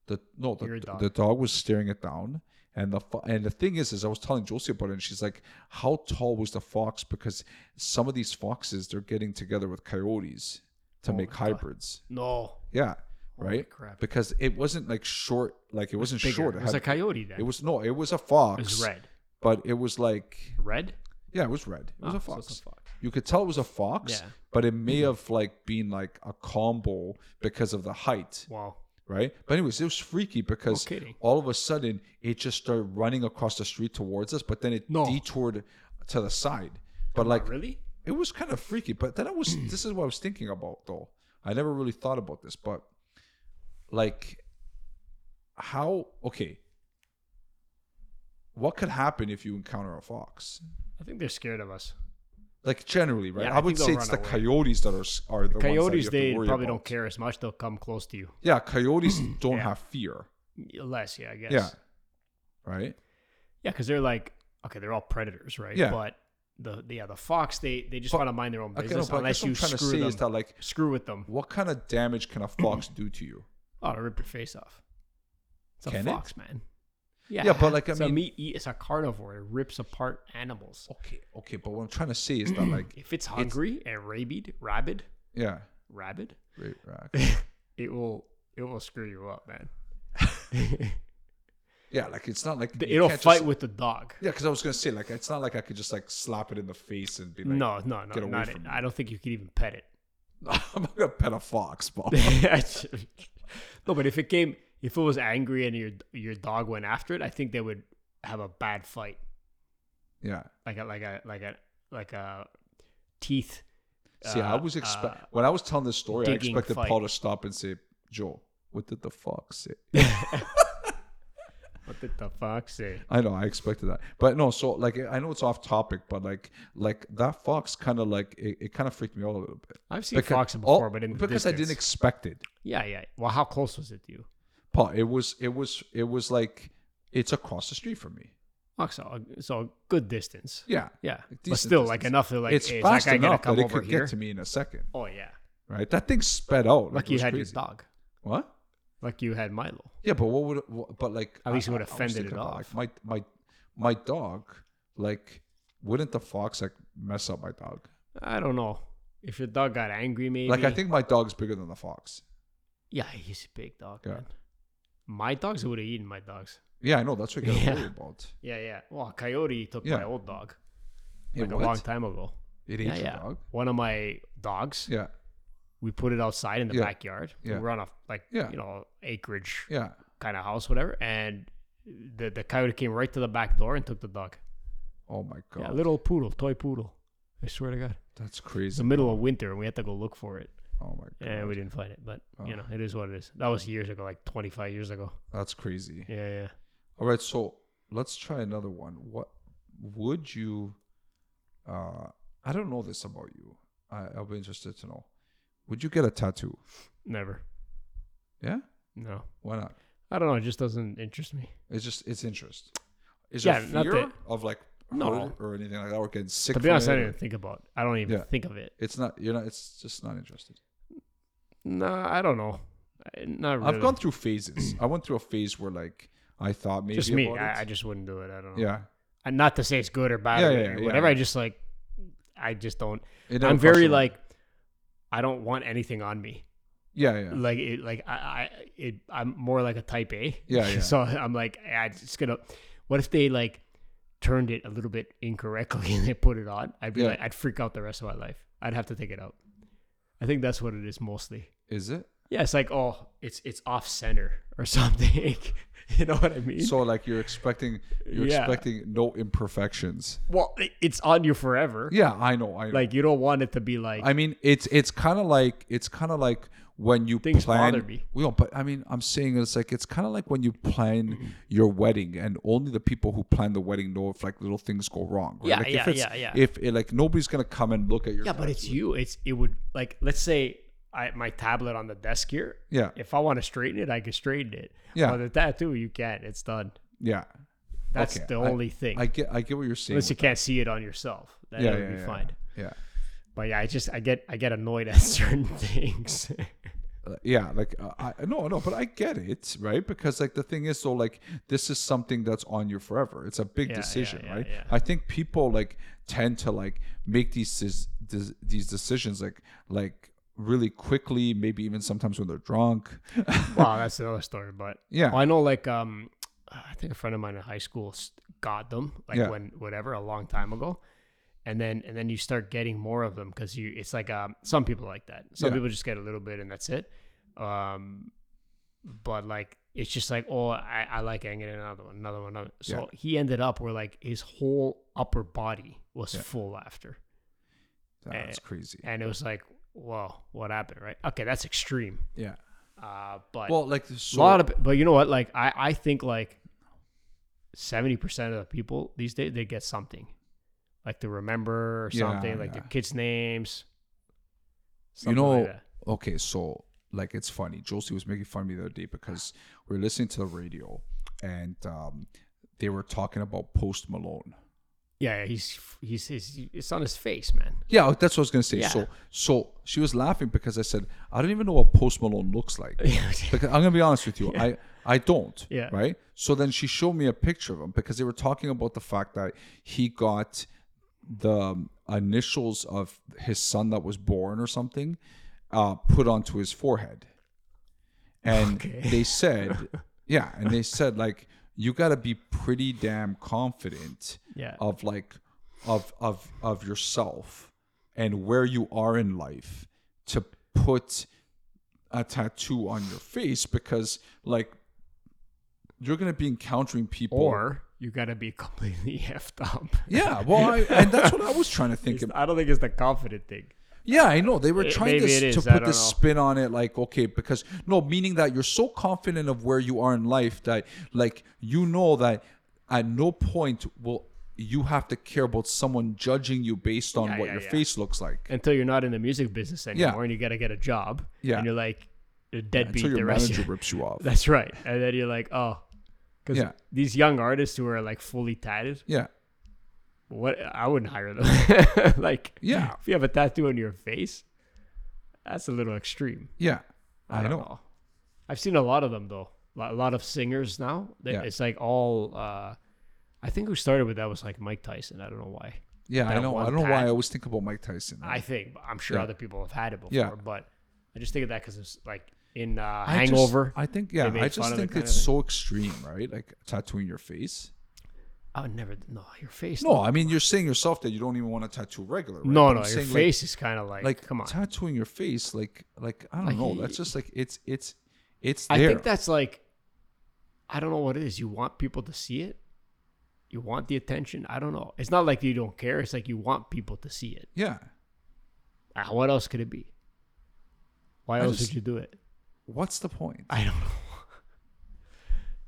A: The no,
B: Your
A: the,
B: dog.
A: the dog was staring it down, and the fo- and the thing is, is I was telling Josie about it, and she's like, "How tall was the fox?" Because some of these foxes, they're getting together with coyotes to make hybrids.
B: No.
A: Yeah,
B: Holy
A: right.
B: crap.
A: Because it wasn't like short, like it wasn't
B: Bigger.
A: short. It,
B: It was
A: had-
B: a coyote then.
A: it was no, it was a fox.
B: It was red.
A: but it was like
B: Red?
A: yeah, it was red. It was
B: Oh,
C: Ah,
A: a
C: so
A: fox.
C: it's a fox.
A: You could tell it was a fox,
B: Yeah.
A: but it may have like been like a combo because of the height
B: Wow.
A: right? But anyways, it was freaky because
B: kidding.
A: all of a sudden it just started running across the street towards us, but then it
B: No.
A: detoured to the side. But like
B: Really?
A: it was kind of freaky. But then I
B: [clears throat]
A: was this is what I was thinking about though. I never really thought about this, but like how okay. What could happen if you encounter a fox?
B: I think they're scared of us.
A: Like generally, right?
B: Yeah,
A: I,
B: I
A: would
B: think
A: say
B: they'll
A: it's the
B: run away.
A: coyotes that are s- are the ones that you
B: Coyotes,
A: have to
B: they
A: worry
B: probably
A: about.
B: don't care as much. They'll come close to you.
A: Yeah,
B: [clears throat]
A: coyotes don't
B: Yeah.
A: have fear.
B: Less, yeah, I guess.
A: Yeah, right.
B: Yeah, because they're like, okay, they're all predators, right?
A: Yeah.
B: But the, the- yeah, the fox, they they just want to mind their own
A: Okay, no,
B: business
A: but I guess
B: unless
A: what
B: you
A: I'm trying to say
B: screw them,
A: is that like,
B: screw with them.
A: what kind of damage can a
B: [clears throat]
A: fox do to you?
B: Oh, to rip your face off. It's a
A: Can it?
B: fox, man. Yeah,
A: Yeah, but, like, I
B: it's a
A: mean-
B: meat eat. It's a carnivore. It rips apart animals.
A: Okay, okay, but what I'm trying to say is
B: [clears throat]
A: that like,
B: If it's hungry and rabid, rabid,
A: yeah,
B: rabid,
A: right, right.
B: [clears throat] it will it will screw you up, [laughs] man.
A: yeah, like it's not like you
B: It'll
A: can't
B: fight
A: just-
B: with the dog.
A: yeah, because I was gonna say like, it's not like I could just like slap it in the face and be like,
B: no, no, no,
A: get away
B: not
A: from
B: it.
A: me.
B: I don't think you could even pet it.
A: [laughs] I'm not gonna pet a fox, Bob.
B: [laughs] no, but if it came, if it was angry and your your dog went after it, I think they would have a bad fight,
A: yeah.
B: like a like a like a like a teeth.
A: See, I
B: uh,
A: was expect
B: uh,
A: when I was telling this story, I
B: digging
A: expected
B: fight.
A: Paul to stop and say, Joel, what did the fox say?
B: what did the fox say?
A: I know, I expected that, but no. So like, I know it's off topic, but like, like that fox kind of like it, it kind of freaked me out a little bit.
B: I've seen foxes
A: all-
B: before, but in the
A: because I didn't
B: distance.
A: expect it.
B: yeah, yeah. Well, how close was it to you?
A: Paul, it was it was it was like it's across the street from me.
B: Oh, so so a good distance.
A: Yeah,
B: Yeah, but
A: decent
B: still, like
A: distance.
B: enough. That, like
A: it's
B: hey, is that
A: fast
B: guy gonna
A: enough
B: come
A: that it
B: over
A: could
B: here?
A: get to me in a second.
B: Oh yeah,
A: Right, that thing sped out.
B: like
A: it
B: you
A: was
B: had
A: crazy.
B: your dog,
A: What?
B: like you had Milo.
A: Yeah, but what would? What, but like,
B: At least it would
A: I- I- I was
B: offended
A: thinking
B: it
A: about,
B: off.
A: Like my my my dog, like, wouldn't the fox like mess up my dog?
B: I don't know if your dog got angry, maybe.
A: Like, I think my dog's bigger than the fox.
B: Yeah, he's a big dog.
A: Yeah.
B: Man. My dogs would have eaten my dogs.
A: Yeah, I know. That's what I got
B: Yeah.
A: worried
B: [laughs]
A: about.
B: Yeah, yeah. Well, a coyote took
A: Yeah.
B: my old dog
A: Hey,
B: like a
A: what?
B: long time ago.
A: It ate
B: Yeah,
A: your
B: yeah.
A: dog.
B: One of my dogs,
A: Yeah,
B: we put it outside in the
A: Yeah.
B: backyard.
A: Yeah.
B: We were on a like
A: Yeah.
B: you know acreage
A: yeah.
B: kind of house, whatever. And the the coyote came right to the back door and took the dog.
A: Oh my god,
B: Yeah, little poodle, toy poodle. I swear to God,
A: that's
B: it's the
A: crazy.
B: middle of winter, and we had to go look for it,
A: Oh my god,
B: and we didn't find it. But you
A: Oh.
B: know, it is what it is. That was years ago, like twenty five years ago.
A: that's crazy.
B: Yeah, yeah.
A: All right, so let's try another one. What would you? Uh, I don't know this about you. I, I'll be interested to know. Would you get a tattoo?
B: Never.
A: Yeah,
B: No,
A: why not?
B: I don't know. It just doesn't interest me.
A: It's just it's interest. Is
B: Yeah,
A: there
B: not
A: fear
B: that-
A: of like
B: No.
A: hurt or anything like that, or getting sick?
B: To be
A: from
B: honest,
A: it
B: I
A: or-
B: didn't even think about. It. I don't even
A: Yeah.
B: think of it.
A: It's not. You're not. It's just not interested.
B: Nah, I don't know. I- Not really.
A: I've gone through phases. I went through a phase where like I thought maybe
B: just me.
A: about it.
B: I, I just wouldn't do it. I don't know.
A: yeah,
B: And not to say it's good or bad
A: Yeah,
B: or
A: yeah, yeah.
B: whatever. I just like, I just don't.
A: It never
B: I'm
A: crossed
B: very
A: your mind.
B: like, I don't want anything on me.
A: yeah, yeah.
B: Like it, like I, I, it, I'm more like a type A. [laughs]
A: Yeah, yeah.
B: so I'm like, I just gonna. What if they like turned it a little bit incorrectly [laughs] and they put it on? I'd be
A: Yeah.
B: like, I'd freak out the rest of my life. I'd have to take it out. I think that's what it is mostly.
A: Is it?
B: Yeah, it's like oh, it's it's off center or [laughs] something. you know what I mean?
A: So like you're expecting you're
B: Yeah.
A: expecting no imperfections.
B: well, it- it's on you forever.
A: Yeah, I know. I know.
B: Like you don't want it to be like
A: I mean, it's it's kind of like it's kind of like when you
B: Things
A: plan.
B: bother me.
A: Well, but I mean, I'm saying it's like it's kind of like when you
B: Mm-hmm.
A: plan your wedding, and only the people who plan the wedding know if like little things go wrong. Right?
B: Yeah,
A: like, if
B: yeah,
A: it's,
B: yeah, yeah.
A: If it, like nobody's gonna come and look at your.
B: yeah, but it's you. It's it would like let's say I my tablet on the desk here.
A: Yeah,
B: If I want to straighten it, I can straighten it.
A: Yeah.
B: But the tattoo, you can't. It's done.
A: yeah.
B: That's
A: Okay,
B: the
A: I-
B: only thing.
A: I get I get what you're saying.
B: Unless you can't see it on yourself, then
A: yeah,
B: it
A: yeah,
B: would be
A: yeah,
B: fine.
A: Yeah.
B: But yeah, I just I get I get annoyed at [laughs] certain things.
A: Uh, yeah like uh, i no no but i get it right because like the thing is so like this is something that's on you forever it's a big
B: Yeah,
A: decision
B: yeah, yeah,
A: right
B: yeah.
A: i think people like tend to like make these des- des- these decisions like like really quickly maybe even sometimes when they're drunk [laughs]
B: wow, that's another story. But
A: Yeah.
B: Well, I know like um, I think a friend of mine in high school s- got them like
A: Yeah.
B: when whatever a long time ago, and then and then you start getting more of them because you it's like um some people like that. Some
A: Yeah.
B: people just get a little bit and that's it. Um, but like it's just like oh I, I like it, I'm getting another one another one another. So he ended up where like his whole upper body was
A: Yeah.
B: full after,
A: that's crazy
B: and it was like whoa what happened right? Okay, that's extreme.
A: yeah
B: Uh, but
A: well like there's
B: a
A: so,
B: lot of but you know what like i i think like 70% of the people these days they get something like to remember or
A: Yeah,
B: something like
A: yeah.
B: their kids names
A: you
B: something
A: know
B: like that.
A: okay so like it's funny josie was making fun of me the other day because we were listening to the radio and um they were talking about post malone
B: yeah yeah, he's he's he's it's on his face man
A: Yeah, oh, that's what I was gonna say.
B: Yeah.
A: So, so she was laughing because I said I don't even know what Post Malone looks like. Like I'm gonna be honest with you, I I don't.
B: Yeah.
A: Right. So then she showed me a picture of him because they were talking about the fact that he got the um, initials of his son that was born or something uh, put onto his forehead, and
B: Okay. [laughs]
A: they said, yeah, and they said like you got to be pretty damn confident
B: yeah
A: of like of of of yourself and where you are in life to put a tattoo on your face because like you're gonna be encountering people
B: or you gotta be [laughs] completely effed up
A: yeah well I, and that's what i was trying to
B: [laughs]
A: think
B: It's-
A: of
B: i don't think it's the confident thing
A: yeah i know they were trying
B: maybe
A: to,
B: it
A: to
B: is, I
A: put
B: don't
A: this
B: know.
A: spin on it like okay because no meaning that you're so confident of where you are in life that like you know that at no point will you have to care about someone judging you based on
B: Yeah,
A: what
B: yeah,
A: your
B: yeah.
A: face looks like
B: until you're not in the music business anymore and you gotta get a job
A: Yeah.
B: and you're like a deadbeat
A: until your
B: the rest
A: manager
B: of
A: rips you off.
B: [laughs] That's right. And then you're like, oh, because
A: Yeah.
B: these young artists who are like fully tatted,
A: yeah,
B: what I wouldn't hire them.
A: [laughs]
B: [laughs] like,
A: Yeah.
B: if you have a tattoo on your face, that's a little extreme.
A: yeah, I,
B: don't
A: know.
B: I've seen a lot of them though. Lo- A lot of singers now. They-
A: Yeah.
B: It's like all. uh I think who started with that was like Mike Tyson. I don't know why.
A: Yeah, I
B: That
A: know. I
B: one
A: don't know why
B: pat.
A: I always think about Mike Tyson.
B: I think but I'm sure
A: Yeah.
B: other people have had it before,
A: Yeah.
B: but I just think of that because it's like in uh,
A: I just-
B: Hangover.
A: I think yeah.
B: made
A: I
B: fun
A: just
B: of it
A: think
B: kinda
A: it's
B: thing.
A: so extreme, right? Like tattooing your face.
B: I would never. No, your face.
A: No, I mean you're saying yourself that you don't even want to tattoo regular. Right?
B: No,
A: But
B: no,
A: I'm
B: your
A: saying, like-
B: face is kind of like,
A: Like,
B: come on.
A: tattooing your face, like like I don't
B: Like,
A: know.
B: y-
A: That's just like it's it's it's
B: I
A: there.
B: think that's like, I don't know what it is. You want people to see it, you want the attention. I don't know. It's not like you don't care. It's like you want people to see it.
A: yeah.
B: Uh, What else could it be? Why
A: I
B: else
A: just-
B: would you do it?
A: What's the point?
B: I don't know. [laughs]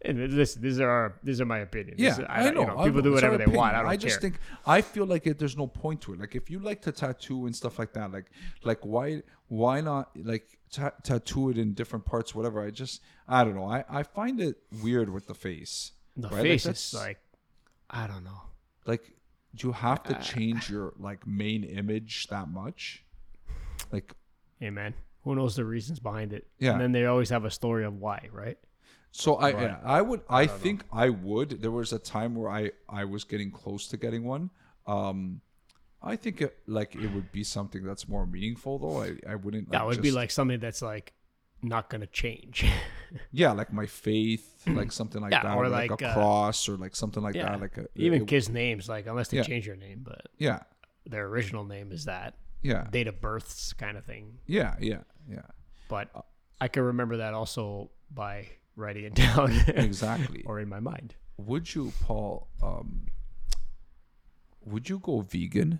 B: And listen, these are our, these are my opinions.
A: Yeah,
B: This is-
A: I,
B: don't-
A: know.
B: you
A: I
B: People do
A: it's our
B: whatever they want. I
A: opinion.
B: don't care.
A: just think I feel like it, there's no point to it. Like if you like to tattoo and stuff like that, like like why why not like ta- tattoo it in different parts, whatever. I just I don't know. I I find it weird with the face.
B: the
A: right? Like,
B: face is
A: that's-
B: like, I don't know.
A: like do you have
B: Uh,
A: to change your like main image that much? Like
B: Hey man, who knows the reasons behind it?
A: Yeah.
B: And then they always have a story of why, right?
A: So I yeah, I would I, think I would. There was a time where I I was getting close to getting one. Um I think it, like it would be something that's more meaningful though. I, I wouldn't
B: That would be
A: just-
B: like something that's like not gonna change. [laughs]
A: yeah, like my faith,
B: [clears throat]
A: like something like
B: Yeah,
A: that,
B: or
A: or like,
B: like,
A: a
B: uh,
A: cross, or like something like
B: yeah,
A: that, like a
B: Even
A: it-
B: kids' names, like unless they
A: Yeah.
B: change their name, but
A: yeah,
B: their original name is that
A: yeah,
B: date of births kind of thing.
A: yeah, yeah, yeah.
B: But I can remember that also by writing it [laughs] down
A: Exactly.
B: or in my mind.
A: Would you, Paul? Um, would you go vegan?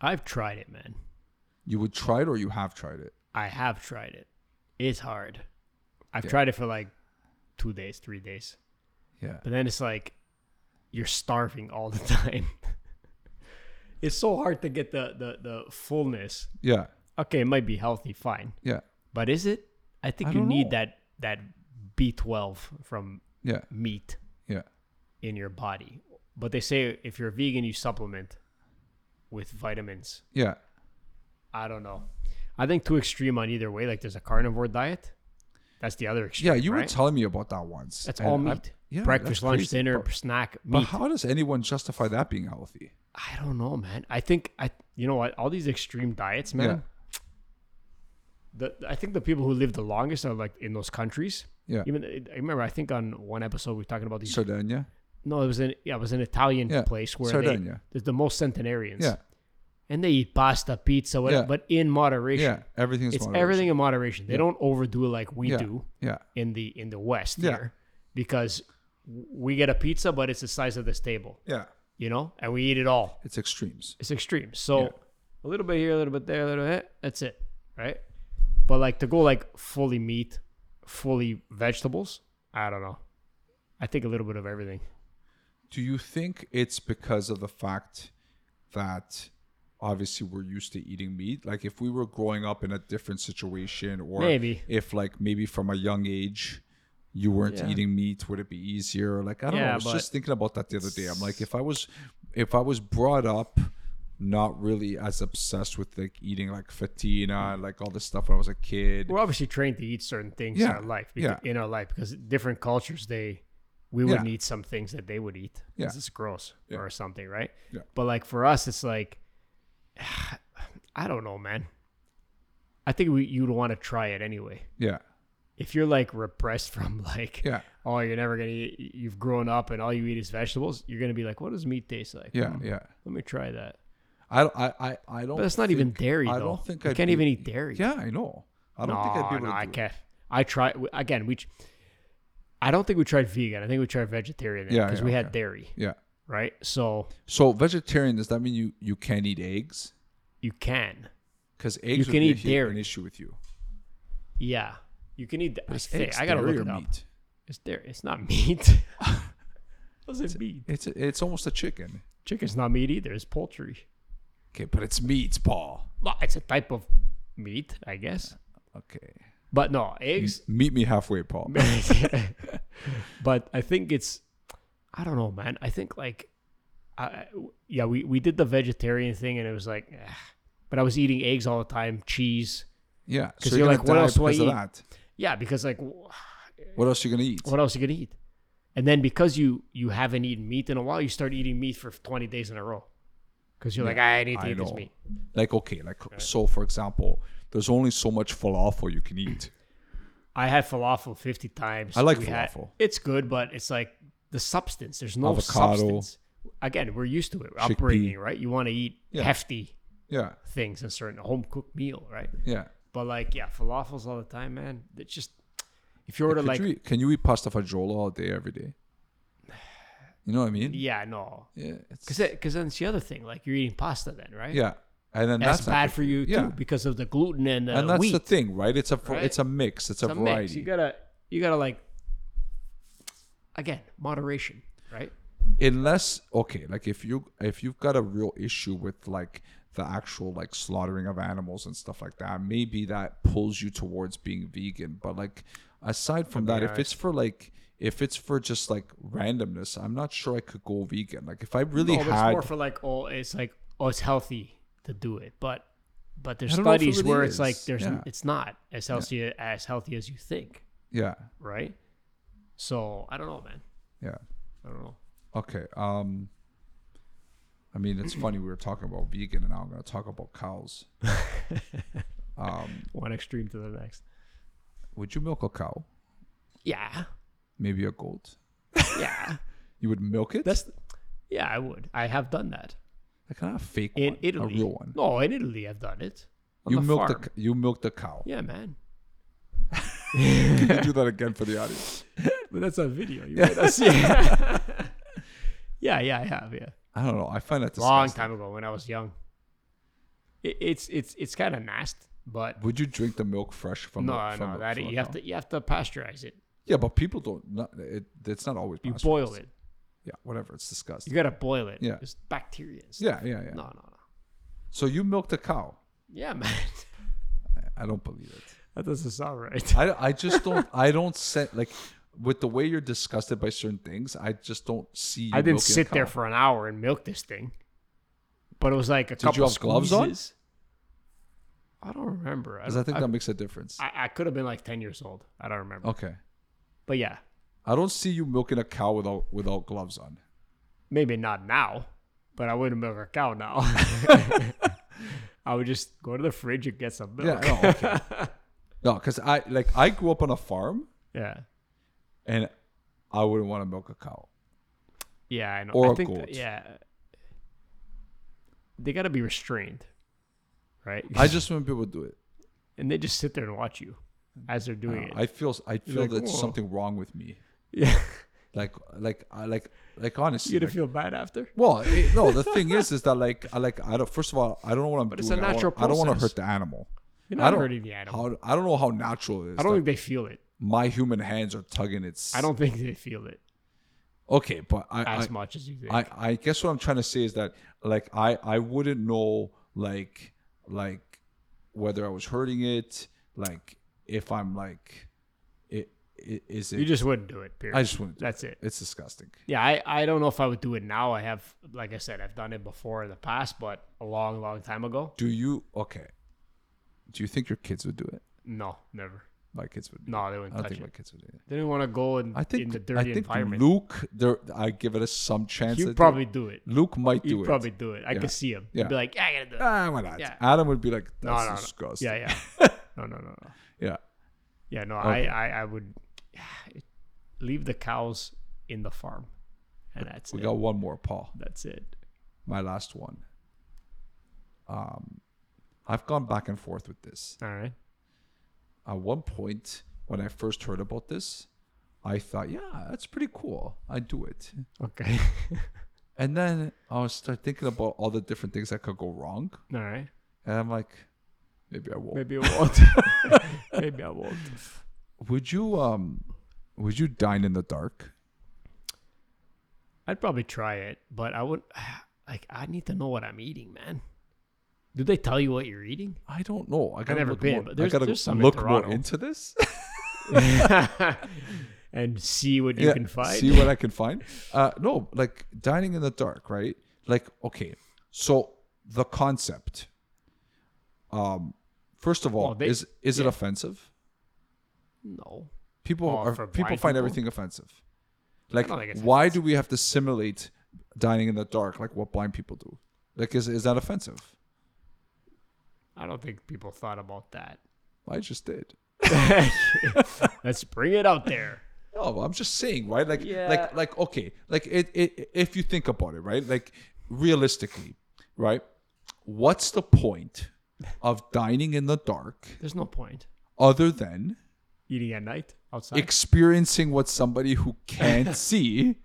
B: I've tried it, man.
A: You would try it, or you have tried it.
B: I have tried it. It's hard. I've tried it for like two days, three days.
A: Yeah.
B: But then it's like you're starving all the [laughs] time. it's so hard to get the, the, the fullness.
A: Yeah.
B: Okay, it might be healthy, fine.
A: Yeah.
B: But is it? I think
A: I
B: you
A: don't
B: need
A: know.
B: that that B twelve from
A: Yeah.
B: meat
A: Yeah.
B: in your body. But they say if you're vegan you supplement with vitamins.
A: Yeah.
B: I don't know. I think too extreme on either way. Like there's a carnivore diet. That's the other extreme.
A: Yeah. You were
B: right?
A: telling me about that once.
B: That's
A: and
B: all
A: I-
B: meat.
A: yeah, that's
B: Breakfast, lunch,
A: crazy,
B: dinner,
A: But,
B: snack,
A: but
B: meat.
A: how does anyone justify that being healthy?
B: I don't know, man. I think I you know what, all these extreme diets, man. The I think the people who live the longest are like in those countries.
A: Yeah.
B: Even I remember I think on one episode we were talking about these
A: Sardinia.
B: No, it was an yeah, it was an Italian
A: Yeah,
B: place where
A: Sardinia.
B: they there's the most centenarians.
A: Yeah.
B: And they eat pasta, pizza, whatever,
A: Yeah.
B: but in moderation.
A: Yeah. Everything's
B: It's
A: moderation.
B: everything in moderation. They don't overdo it like we
A: Yeah.
B: do
A: Yeah.
B: in the in the West
A: Yeah.
B: here because we get a pizza, but it's the size of this table,
A: Yeah.
B: you know, and we eat it all.
A: It's extremes.
B: It's extreme. So a little bit here, a little bit there, a little bit. That's it, right? But like to go like fully meat, fully vegetables. I don't know. I think a little bit of everything.
A: Do you think it's because of the fact that obviously we're used to eating meat? Like if we were growing up in a different situation or
B: Maybe.
A: if like maybe from a young age you weren't
B: Yeah.
A: eating meat, would it be easier? Like I don't know.
B: Yeah,
A: I was
B: but-
A: just thinking about that the other day. I'm like if I was if I was brought up not really as obsessed with like eating like fatina and like all this stuff when I was a kid.
B: We're obviously trained to eat certain things in
A: Yeah,
B: our life,
A: yeah.
B: because, in our life, because different cultures they we would
A: Yeah.
B: not eat some things that they would eat.
A: Yeah.
B: This is gross or something, right?
A: Yeah.
B: But like for us, it's like [sighs] I don't know, man. I think we, you'd want to try it anyway.
A: yeah.
B: If you're like repressed [laughs] from like
A: Yeah.
B: oh, you're never gonna eat, you've grown up and all you eat is vegetables, you're gonna be like, what does meat taste like?
A: Yeah.
B: Hmm,
A: Yeah.
B: Let me try that.
A: I I I, I don't
B: But it's not even
A: think-
B: dairy.
A: I
B: though.
A: don't think
B: you
A: I'd
B: can't
A: be-
B: even eat dairy.
A: Yeah, I know. I don't think I'd be able to do
B: no, I
A: it.
B: can't. I try w- again. We, tr- I don't think we tried vegan. I think we tried vegetarian.
A: Yeah,
B: because
A: yeah,
B: we had
A: okay.
B: dairy,
A: Yeah.
B: right? So
A: So vegetarian does that mean you you can't eat eggs?
B: you can,
A: Because eggs
B: You
A: would
B: can
A: be a
B: eat
A: hu-
B: dairy.
A: an issue with you.
B: yeah, you can eat. th- I,
A: Is
B: think-
A: eggs
B: I gotta
A: dairy
B: look
A: or
B: it up.
A: meat?
B: It's dairy. It's not [laughs] meat.
A: [laughs]
B: What's it meat?
A: It's it's almost a chicken.
B: Chicken's not meat either. It's poultry.
A: Okay, but it's meat, Paul.
B: Well, it's a type of meat, I guess.
A: Okay.
B: But no,
A: [laughs]
B: eggs. [laughs]
A: Meet me halfway, Paul.
B: but I think it's, I don't know, man. I think like, I- I, yeah, we, we did the vegetarian thing and it was like, eh. but I was eating eggs all the time, cheese.
A: Yeah.
B: 'Cause
A: so
B: you're
A: gonna
B: like, what
A: die
B: else do I
A: because of
B: eat?
A: that.
B: Yeah, because like, wh-
A: What else are you gonna eat?
B: what else are you gonna eat? And then because you you haven't eaten meat in a while, you start eating meat for 20 days in a row. Because you're like, "Ah, I need to
A: I
B: eat this
A: know.
B: meat.
A: Like okay, like so for example, there's only so much falafel you can eat.
B: I had falafel 50 times.
A: I like
B: We had-
A: falafel.
B: it's good, but it's like the substance. There's no
A: Avocado.
B: substance. Again, we're used to it. Upbringing, right? You want to eat
A: Yeah.
B: hefty
A: Yeah.
B: things and certain home cooked meal, right?
A: Yeah.
B: But like, yeah, falafels all the time, man. It's just if you order
A: Could
B: like,
A: you eat, can you eat pasta fagioli all day every day? [sighs] You know what I mean?
B: yeah, no,
A: Yeah. It's,
B: because because then it's the other thing. Like you're eating pasta then, right?
A: yeah. And then
B: that's,
A: that's not
B: bad
A: good
B: for you
A: Yeah.
B: too because of the gluten and the
A: and that's
B: wheat.
A: the thing, right? It's a fr-
B: right?
A: it's a mix. It's, a,
B: It's a
A: variety.
B: mix. You gotta you gotta like again moderation, right?
A: Unless okay, like if you if you've got a real issue with like the actual like slaughtering of animals and stuff like that, maybe that pulls you towards being vegan. But like aside from that, if it's for like if it's for just like randomness, I'm not sure I could go vegan. Like if I really
B: Oh, but it's
A: had
B: more for like oh it's like oh it's healthy to do it but but there's
A: I don't know if it
B: studies
A: really
B: where it's like
A: is.
B: there's
A: Yeah.
B: it's not as healthy as healthy as you think
A: yeah,
B: right so i don't know man
A: yeah.
B: i don't know
A: Okay. Um I mean, it's funny we were talking about vegan and now I'm going to talk about
B: [laughs]
A: cows. um
B: one extreme to the next
A: would you milk a cow?
B: yeah
A: Maybe a goat? [laughs]
B: yeah
A: You would milk it?
B: that's yeah i would i have done that
A: like not a fake
B: in
A: one,
B: italy
A: a real one.
B: no in italy i've done it on
A: you
B: the
A: milk
B: farm.
A: the c- you milk the cow.
B: [laughs] yeah man
A: Can you do that again for the audience?
B: But that's on video. [laughs] You might not
A: [laughs]
B: see it. [laughs] yeah, yeah, I have. Yeah,
A: I don't know. I find that
B: long
A: disgusting.
B: time ago when I was young. It, it's it's it's kind of nasty, but
A: Would you drink the milk fresh from
B: no,
A: the from
B: no,
A: the-
B: that
A: from
B: you
A: the
B: have
A: cow?
B: to you have to pasteurize it.
A: Yeah, but people don't. Not, it, it's not always.
B: You
A: pasteurized.
B: boil it.
A: Yeah, whatever. It's
B: You
A: disgusting.
B: gotta boil it.
A: Yeah.
B: it's bacteria. and stuff.
A: Yeah, yeah, yeah.
B: No, no, no.
A: So you milked a cow.
B: Yeah, [laughs] man.
A: I don't believe it.
B: That doesn't sound right.
A: I, I just
B: [laughs]
A: don't. I don't set like with the way you're disgusted by certain things. I just don't see. You
B: I didn't
A: milking a
B: sit there
A: cow.
B: for an hour and milk this thing, but it was like a
A: you
B: couple
A: have gloves on?
B: squeezes. I don't remember. I,
A: 'Cause I think
B: I,
A: that Oh. makes a difference.
B: I, I could have been like ten years old. I don't remember.
A: okay.
B: But yeah,
A: I don't see you milking a cow without without gloves on.
B: maybe not now, but I wouldn't milk a cow
A: [laughs]
B: now. I would just go to the fridge and get some
A: Yeah.
B: milk.
A: No, okay.
B: [laughs]
A: no, because I like I grew up on a farm
B: yeah.
A: and I wouldn't want to milk a cow.
B: Yeah, I know.
A: Or
B: I
A: a
B: think
A: goat.
B: that- yeah. They got to be restrained, right?
A: I just when people do it,
B: [laughs] and they just sit there and watch you as they're doing it.
A: I feel I feel
B: like,
A: that
B: "Whoa."
A: something wrong with me.
B: yeah. [laughs]
A: Like like I like like honestly.
B: You're going
A: like,
B: to feel bad after?
A: Well, it- no. The thing is, is that like, I like, I don't. First of all, I don't know what I'm
B: it's
A: doing.
B: a
A: I wanna-
B: natural
A: I don't want to
B: process.
A: hurt the animal.
B: You're
A: I
B: not
A: don't-
B: hurting the animal.
A: How I don't know how natural it is.
B: I don't
A: that
B: think they feel it.
A: my human hands are tugging its.
B: I don't think they feel it
A: Okay, but I,
B: as
A: I,
B: much as you think.
A: I, I guess what I'm trying to say is that like I, I wouldn't know like, like whether I was hurting it, like if I'm like, it, it is it.
B: you just wouldn't do it, period.
A: I just wouldn't. do
B: That's it.
A: It's disgusting.
B: Yeah, I, I don't know if I would do it now. I have, like I said, I've done it before in the past, but a long, long time ago.
A: Do you okay? Do you think your kids would do it?
B: No, never.
A: My kids would.
B: No, they wouldn't
A: I don't
B: touch
A: think
B: it.
A: my kids would. do it.
B: They didn't want to go in,
A: I think
B: in the
A: I
B: dirty
A: think
B: environment.
A: Luke, there, I give it a some chance. that
B: He'd
A: they-
B: probably do it.
A: Luke might do
B: He'd
A: it.
B: probably do it. I could see him.
A: Yeah.
B: He'd be like, yeah, I gotta do it.
A: ah, why not?
B: Yeah.
A: Adam would be like,
B: no,
A: that's
B: no, no.
A: disgusting.
B: Yeah, yeah.
A: [laughs]
B: no, no, no, no.
A: yeah,
B: Yeah, no.
A: Okay.
B: I, I, I would leave the cows in the farm, and that's
A: We
B: it.
A: got one more, Paul.
B: That's it.
A: My last one. Um, I've gone back and forth with this.
B: All right.
A: At one point, when I first heard about this, I thought, yeah, that's pretty cool. I do it.
B: Okay. [laughs]
A: And then I was start thinking about all the different things that could go wrong,
B: All right.
A: and I'm like, maybe I won't. [laughs]
B: Maybe I won't. [laughs] Maybe I won't.
A: Would you um, would you dine in the dark?
B: I'd probably try it, but I would. [sighs] Like, I need to know what I'm eating, man. Do they tell you what you're
A: [laughs]
B: eating?
A: I don't know. I gotta
B: never
A: look
B: been,
A: more,
B: but
A: I
B: there's-
A: gotta
B: there's some in
A: look more
B: Toronto.
A: into this.
B: and see what you
A: Yeah,
B: can find.
A: See what I can find. Uh, no, like dining in the dark, right? Like okay, so the concept. Um, first of all,
B: Well, Oh, they-
A: is is it offensive?
B: no.
A: People
B: Oh,
A: are
B: for
A: people
B: blind
A: find
B: people?
A: everything offensive. Like,
B: don't think it's
A: why do we have to simulate dining in the dark like what blind people do? Like, is is that offensive?
B: I don't think people thought about that.
A: I just did.
B: Let's bring it out there.
A: No, but I'm just saying, right? Like,
B: Yeah.
A: like, like, okay, like, it, it, if you think about it, right? Like, realistically, right? What's the point of dining in the dark
B: There's no point
A: other than
B: eating at night outside.
A: experiencing what somebody who
B: [laughs]
A: can't see,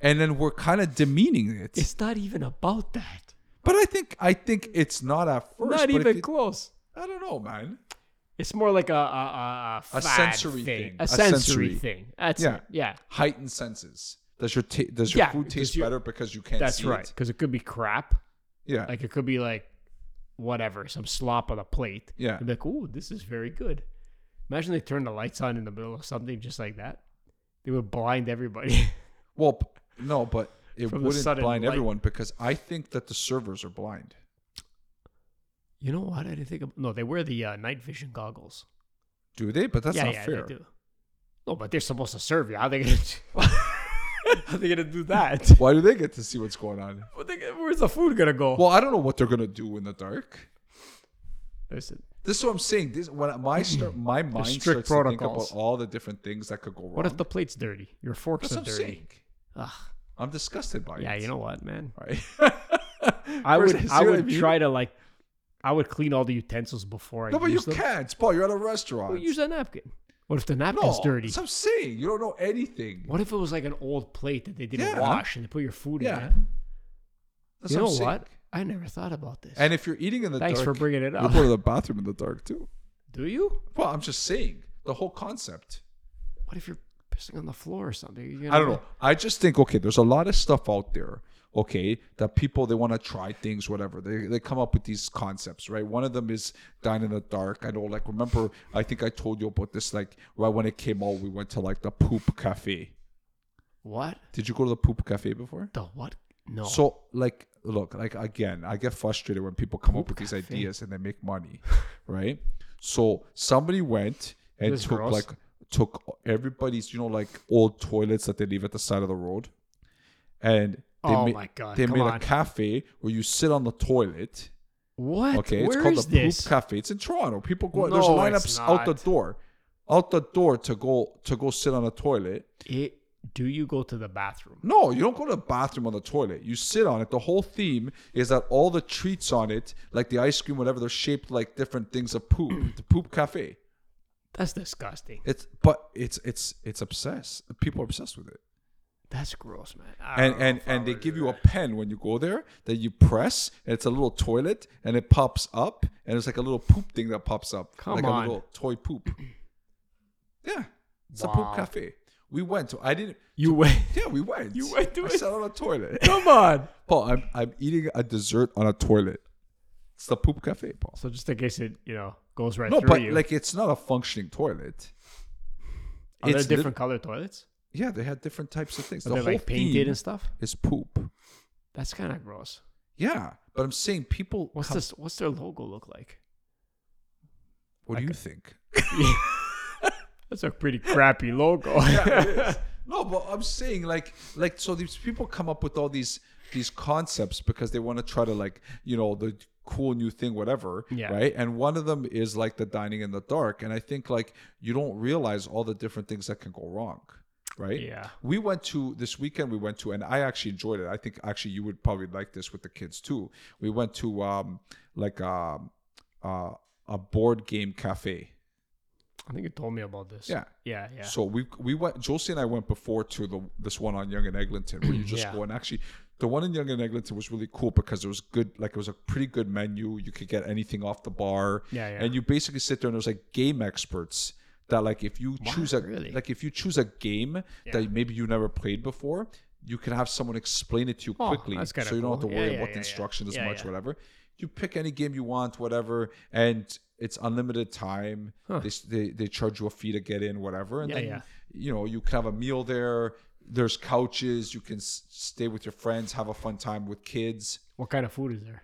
A: and then we're kind of demeaning it?
B: it's not even about that.
A: But I think, I think it's not at first.
B: not
A: but if
B: even
A: you-
B: close.
A: I don't know, man.
B: It's more like a a, a, a,
A: A
B: fad
A: sensory thing.
B: A,
A: A
B: sensory,
A: sensory-
B: thing. That's
A: Yeah.
B: it. Yeah.
A: Heightened senses. Does your ta- does your
B: Yeah,
A: food
B: because
A: taste
B: you-
A: better because you can't?
B: That's
A: see
B: right.
A: It?
B: Because it could be crap.
A: Yeah.
B: Like it could be like whatever, some slop on a plate.
A: Yeah.
B: You'd be like, ooh, this is very good. Imagine they turn the lights on in the middle of something just like that. They would blind everybody. [laughs]
A: Well, p- no, but it
B: From the
A: wouldn't
B: sudden
A: blind
B: light.
A: everyone because I think that the servers are blind.
B: you know what? I didn't think of no, they wear the uh, night vision goggles.
A: Do they? But that's
B: yeah,
A: not
B: yeah,
A: fair.
B: they do. No, but they're supposed to serve you. How they gonna [laughs] How they gonna do that?
A: [laughs] Why do they get to see what's going on?
B: What they, where's the food gonna go?
A: Well, I don't know what they're gonna do in the dark.
B: Listen,
A: This is what I'm saying. This when my
B: [clears throat]
A: start, my mind
B: strict
A: starts to think about
B: protocols.
A: all the different things that could go wrong.
B: what if the plate's dirty? Your forks
A: that's
B: are
A: what I'm
B: dirty.
A: saying?
B: Ugh.
A: I'm disgusted by it.
B: Yeah, you know what, man?
A: [laughs] Right.
B: I
A: First, [laughs]
B: would
A: see
B: I
A: what
B: would
A: mean?
B: try to like I would clean all the utensils before I
A: No, but you
B: use them.
A: can't, Paul. You're at a restaurant.
B: Well, use that napkin. What if the napkin's
A: no,
B: dirty?
A: That's what I'm saying. You don't know anything.
B: What if it was like an old plate that they didn't
A: Yeah.
B: wash and they put your food
A: Yeah.
B: in? It?
A: That's
B: You know
A: I'm saying.
B: what? I never thought about this.
A: And if you're eating in the
B: Thanks
A: dark,
B: for bringing it
A: you
B: up.
A: go to the bathroom in the dark too.
B: Do you?
A: Well, I'm just saying the whole concept.
B: What if you're pissing on the floor or something? You're
A: I
B: gonna-
A: don't know. I just think okay, there's a lot of stuff out there. Okay, that people they want to try things, whatever. They they come up with these concepts, right? One of them is dine in the dark. I know, like remember, I think I told you about this. Like right when it came out, we went to like the poop cafe.
B: What?
A: Did you go to the poop cafe before?
B: The what? No.
A: So like look, like again, I get frustrated when people come up with these
B: cafe.
A: ideas and they make money, [laughs] right? So somebody went and
B: This is
A: took
B: gross.
A: like took everybody's, you know, like old toilets that they leave at the side of the road. And they ma-
B: oh my god!
A: they
B: come
A: made
B: on.
A: a cafe where you sit on the toilet.
B: what?
A: Okay,
B: Where
A: it's called
B: is
A: the
B: this?
A: Poop Cafe. It's in Toronto. People go
B: No,
A: there's
B: it's
A: lineups out the
B: not.
A: door. Out the door to go to go sit on a toilet.
B: It, do you go to the bathroom?
A: No, you don't go to the bathroom on the toilet. You sit on it. The whole theme is that all the treats on it, like the ice cream, whatever, they're shaped like different things of
B: [clears throat]
A: poop. the poop cafe.
B: That's disgusting.
A: It's but it's it's it's obsessed. People are obsessed with it.
B: That's gross, man. I
A: And
B: don't know
A: and
B: if I
A: and they
B: would
A: give
B: do
A: you a
B: that.
A: pen when you go there that you press. And it's a little toilet, and it pops up, and it's like a little poop thing that pops up,
B: Come
A: like
B: on.
A: a little toy poop. Yeah, it's a
B: Wow.
A: poop cafe. We went. to I didn't.
B: You [laughs] wait.
A: Yeah, we went.
B: You went to
A: I
B: it?
A: sat on a toilet.
B: Come on.
A: Paul, I'm I'm eating a dessert on a toilet. It's the poop cafe, Paul.
B: So just in case it, you know, goes right
A: No,
B: through
A: but
B: you.
A: like it's not a functioning toilet.
B: are there
A: it's lit-
B: different color toilets?
A: Yeah, they had different types of things.
B: Are
A: the
B: they
A: whole
B: like painted
A: theme
B: and stuff?
A: is poop.
B: That's kind of gross.
A: Yeah, but I'm saying people.
B: What's
A: come-
B: this? What's their logo look like?
A: What do you
B: [laughs]
A: think?
B: That's a pretty
A: [laughs]
B: crappy logo.
A: No, but I'm saying like like so these people come up with all these these concepts because they want to try to like you know the cool new thing whatever
B: Yeah.
A: right and one of them is like the dining in the dark and i think like you don't realize all the different things that can go wrong right
B: Yeah.
A: we went to this weekend we went to and i actually enjoyed it i think actually you would probably like this with the kids too we went to um like um uh, a board game cafe
B: I think you told me about this.
A: Yeah.
B: Yeah. Yeah.
A: so we we went. Josie and I went before to the this one on Young and Eglinton where you just
B: Yeah.
A: go and actually the one in Young and Eglinton was really cool because it was good. Like it was a pretty good menu. You could get anything off the bar.
B: Yeah, yeah.
A: And you basically sit there and there's like game experts that like if you choose a
B: Really?
A: like if you choose a game that maybe you never played before, you can have someone explain it to you
B: Oh,
A: quickly,
B: that's
A: so you
B: kinda
A: don't have to
B: cool. Yeah,
A: worry
B: yeah,
A: about
B: yeah,
A: the
B: yeah.
A: instructions
B: Yeah,
A: as much,
B: yeah.
A: whatever. You pick any game you want, whatever, and it's unlimited time. They, s- they they charge you a fee to get in, whatever, and
B: Yeah,
A: then
B: yeah.
A: you know you can have a meal there. There's couches. You can s- stay with your friends, have a fun time with kids.
B: what kind of food is there?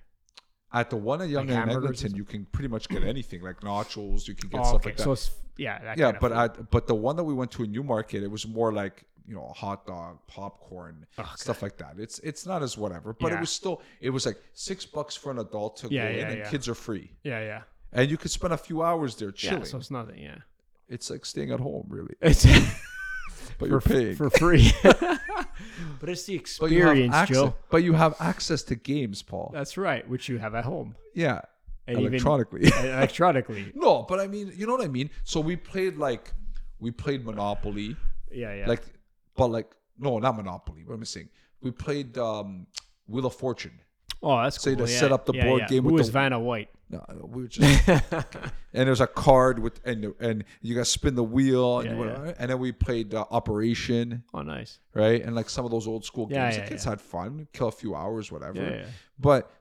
A: At the one at Young and
B: hamburgers or
A: Eglinton, you can pretty much get anything like nachos. You can get
B: Oh,
A: stuff
B: okay.
A: like that.
B: So it's yeah. That
A: yeah,
B: kind of
A: but uh,
B: food.
A: I, but the one that we went to in Newmarket, it was more like you know hot dog, popcorn, stuff like that. It's it's not as whatever, but
B: Yeah.
A: it was still it was like six bucks for an adult to
B: Yeah,
A: go
B: yeah,
A: in, and
B: yeah.
A: kids are free,
B: yeah, yeah.
A: and you could spend a few hours there chilling.
B: Yeah. So it's nothing. Yeah.
A: it's like staying at home,
B: [laughs]
A: really,
B: It's
A: [laughs] but you're paying. [laughs]
B: for free. [laughs] but it's the
A: but you have
B: experience,
A: access,
B: Joe.
A: but you have access to games, Paul.
B: That's right, which you have at home
A: yeah,
B: and even-
A: electronically. [laughs]
B: electronically.
A: no, but I mean, you know what I mean. So we played like we played Monopoly.
B: Yeah, yeah.
A: like but like no not monopoly what am i saying we played um wheel of fortune
B: oh, that's
A: say
B: cool.
A: to
B: yeah.
A: set up the
B: yeah,
A: board
B: yeah.
A: game
B: Who
A: with
B: is
A: the-
B: Vanna White?
A: no we were
B: [laughs]
A: just and there's a card with and and you gotta spin the wheel and,
B: Yeah,
A: you went, and then we played uh, operation
B: Oh, nice.
A: right and like some of those old school
B: Yeah,
A: games
B: yeah,
A: the kids
B: yeah.
A: had fun kill a few hours whatever
B: Yeah, yeah.
A: but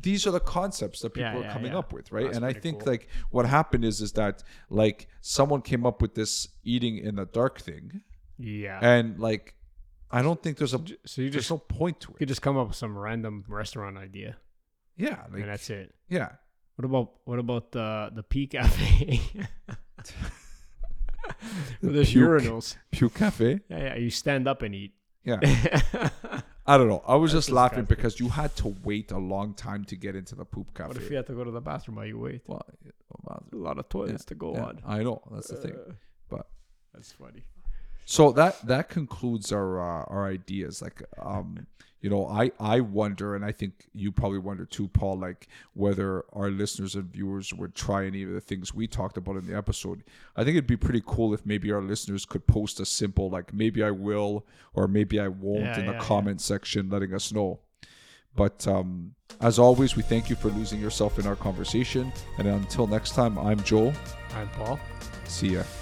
A: these are the concepts that people
B: Yeah,
A: are
B: yeah,
A: coming
B: yeah.
A: up with right
B: That's
A: and i
B: pretty
A: think
B: cool.
A: like what happened is is that like someone came up with this eating in the dark thing
B: Yeah.
A: and like i don't think there's a
B: so you
A: there's
B: just
A: no point to it
B: you could just come up with some random restaurant idea,
A: Yeah, like,
B: and that's it.
A: yeah.
B: What about what about the the pea [laughs] cafe? With There's
A: puke.
B: urinals.
A: Pew Cafe.
B: Yeah, yeah. You stand up and eat. [laughs]
A: Yeah,
B: what
A: I don't know. I was just laughing
B: disgusting.
A: because you had to wait a long time to get into the poop cafe.
B: if you have to go to the bathroom while you wait?
A: Well, yeah, well,
B: A lot of toilets to go
A: yeah,
B: on.
A: I know that's the thing.
B: Uh,
A: But
B: That's funny.
A: So that that concludes our uh, our ideas. Like, um, you know, I I wonder, and I think you probably wonder too, Paul, like whether our listeners and viewers would try any of the things we talked about in the episode. I think it'd be pretty cool if maybe our listeners could post a simple like maybe I will or maybe I won't
B: Yeah,
A: in the
B: yeah, yeah.
A: comment section, letting us know. But um, as always, we thank you for losing yourself in our conversation. And until next time, I'm Joel.
B: I'm Paul.
A: See ya.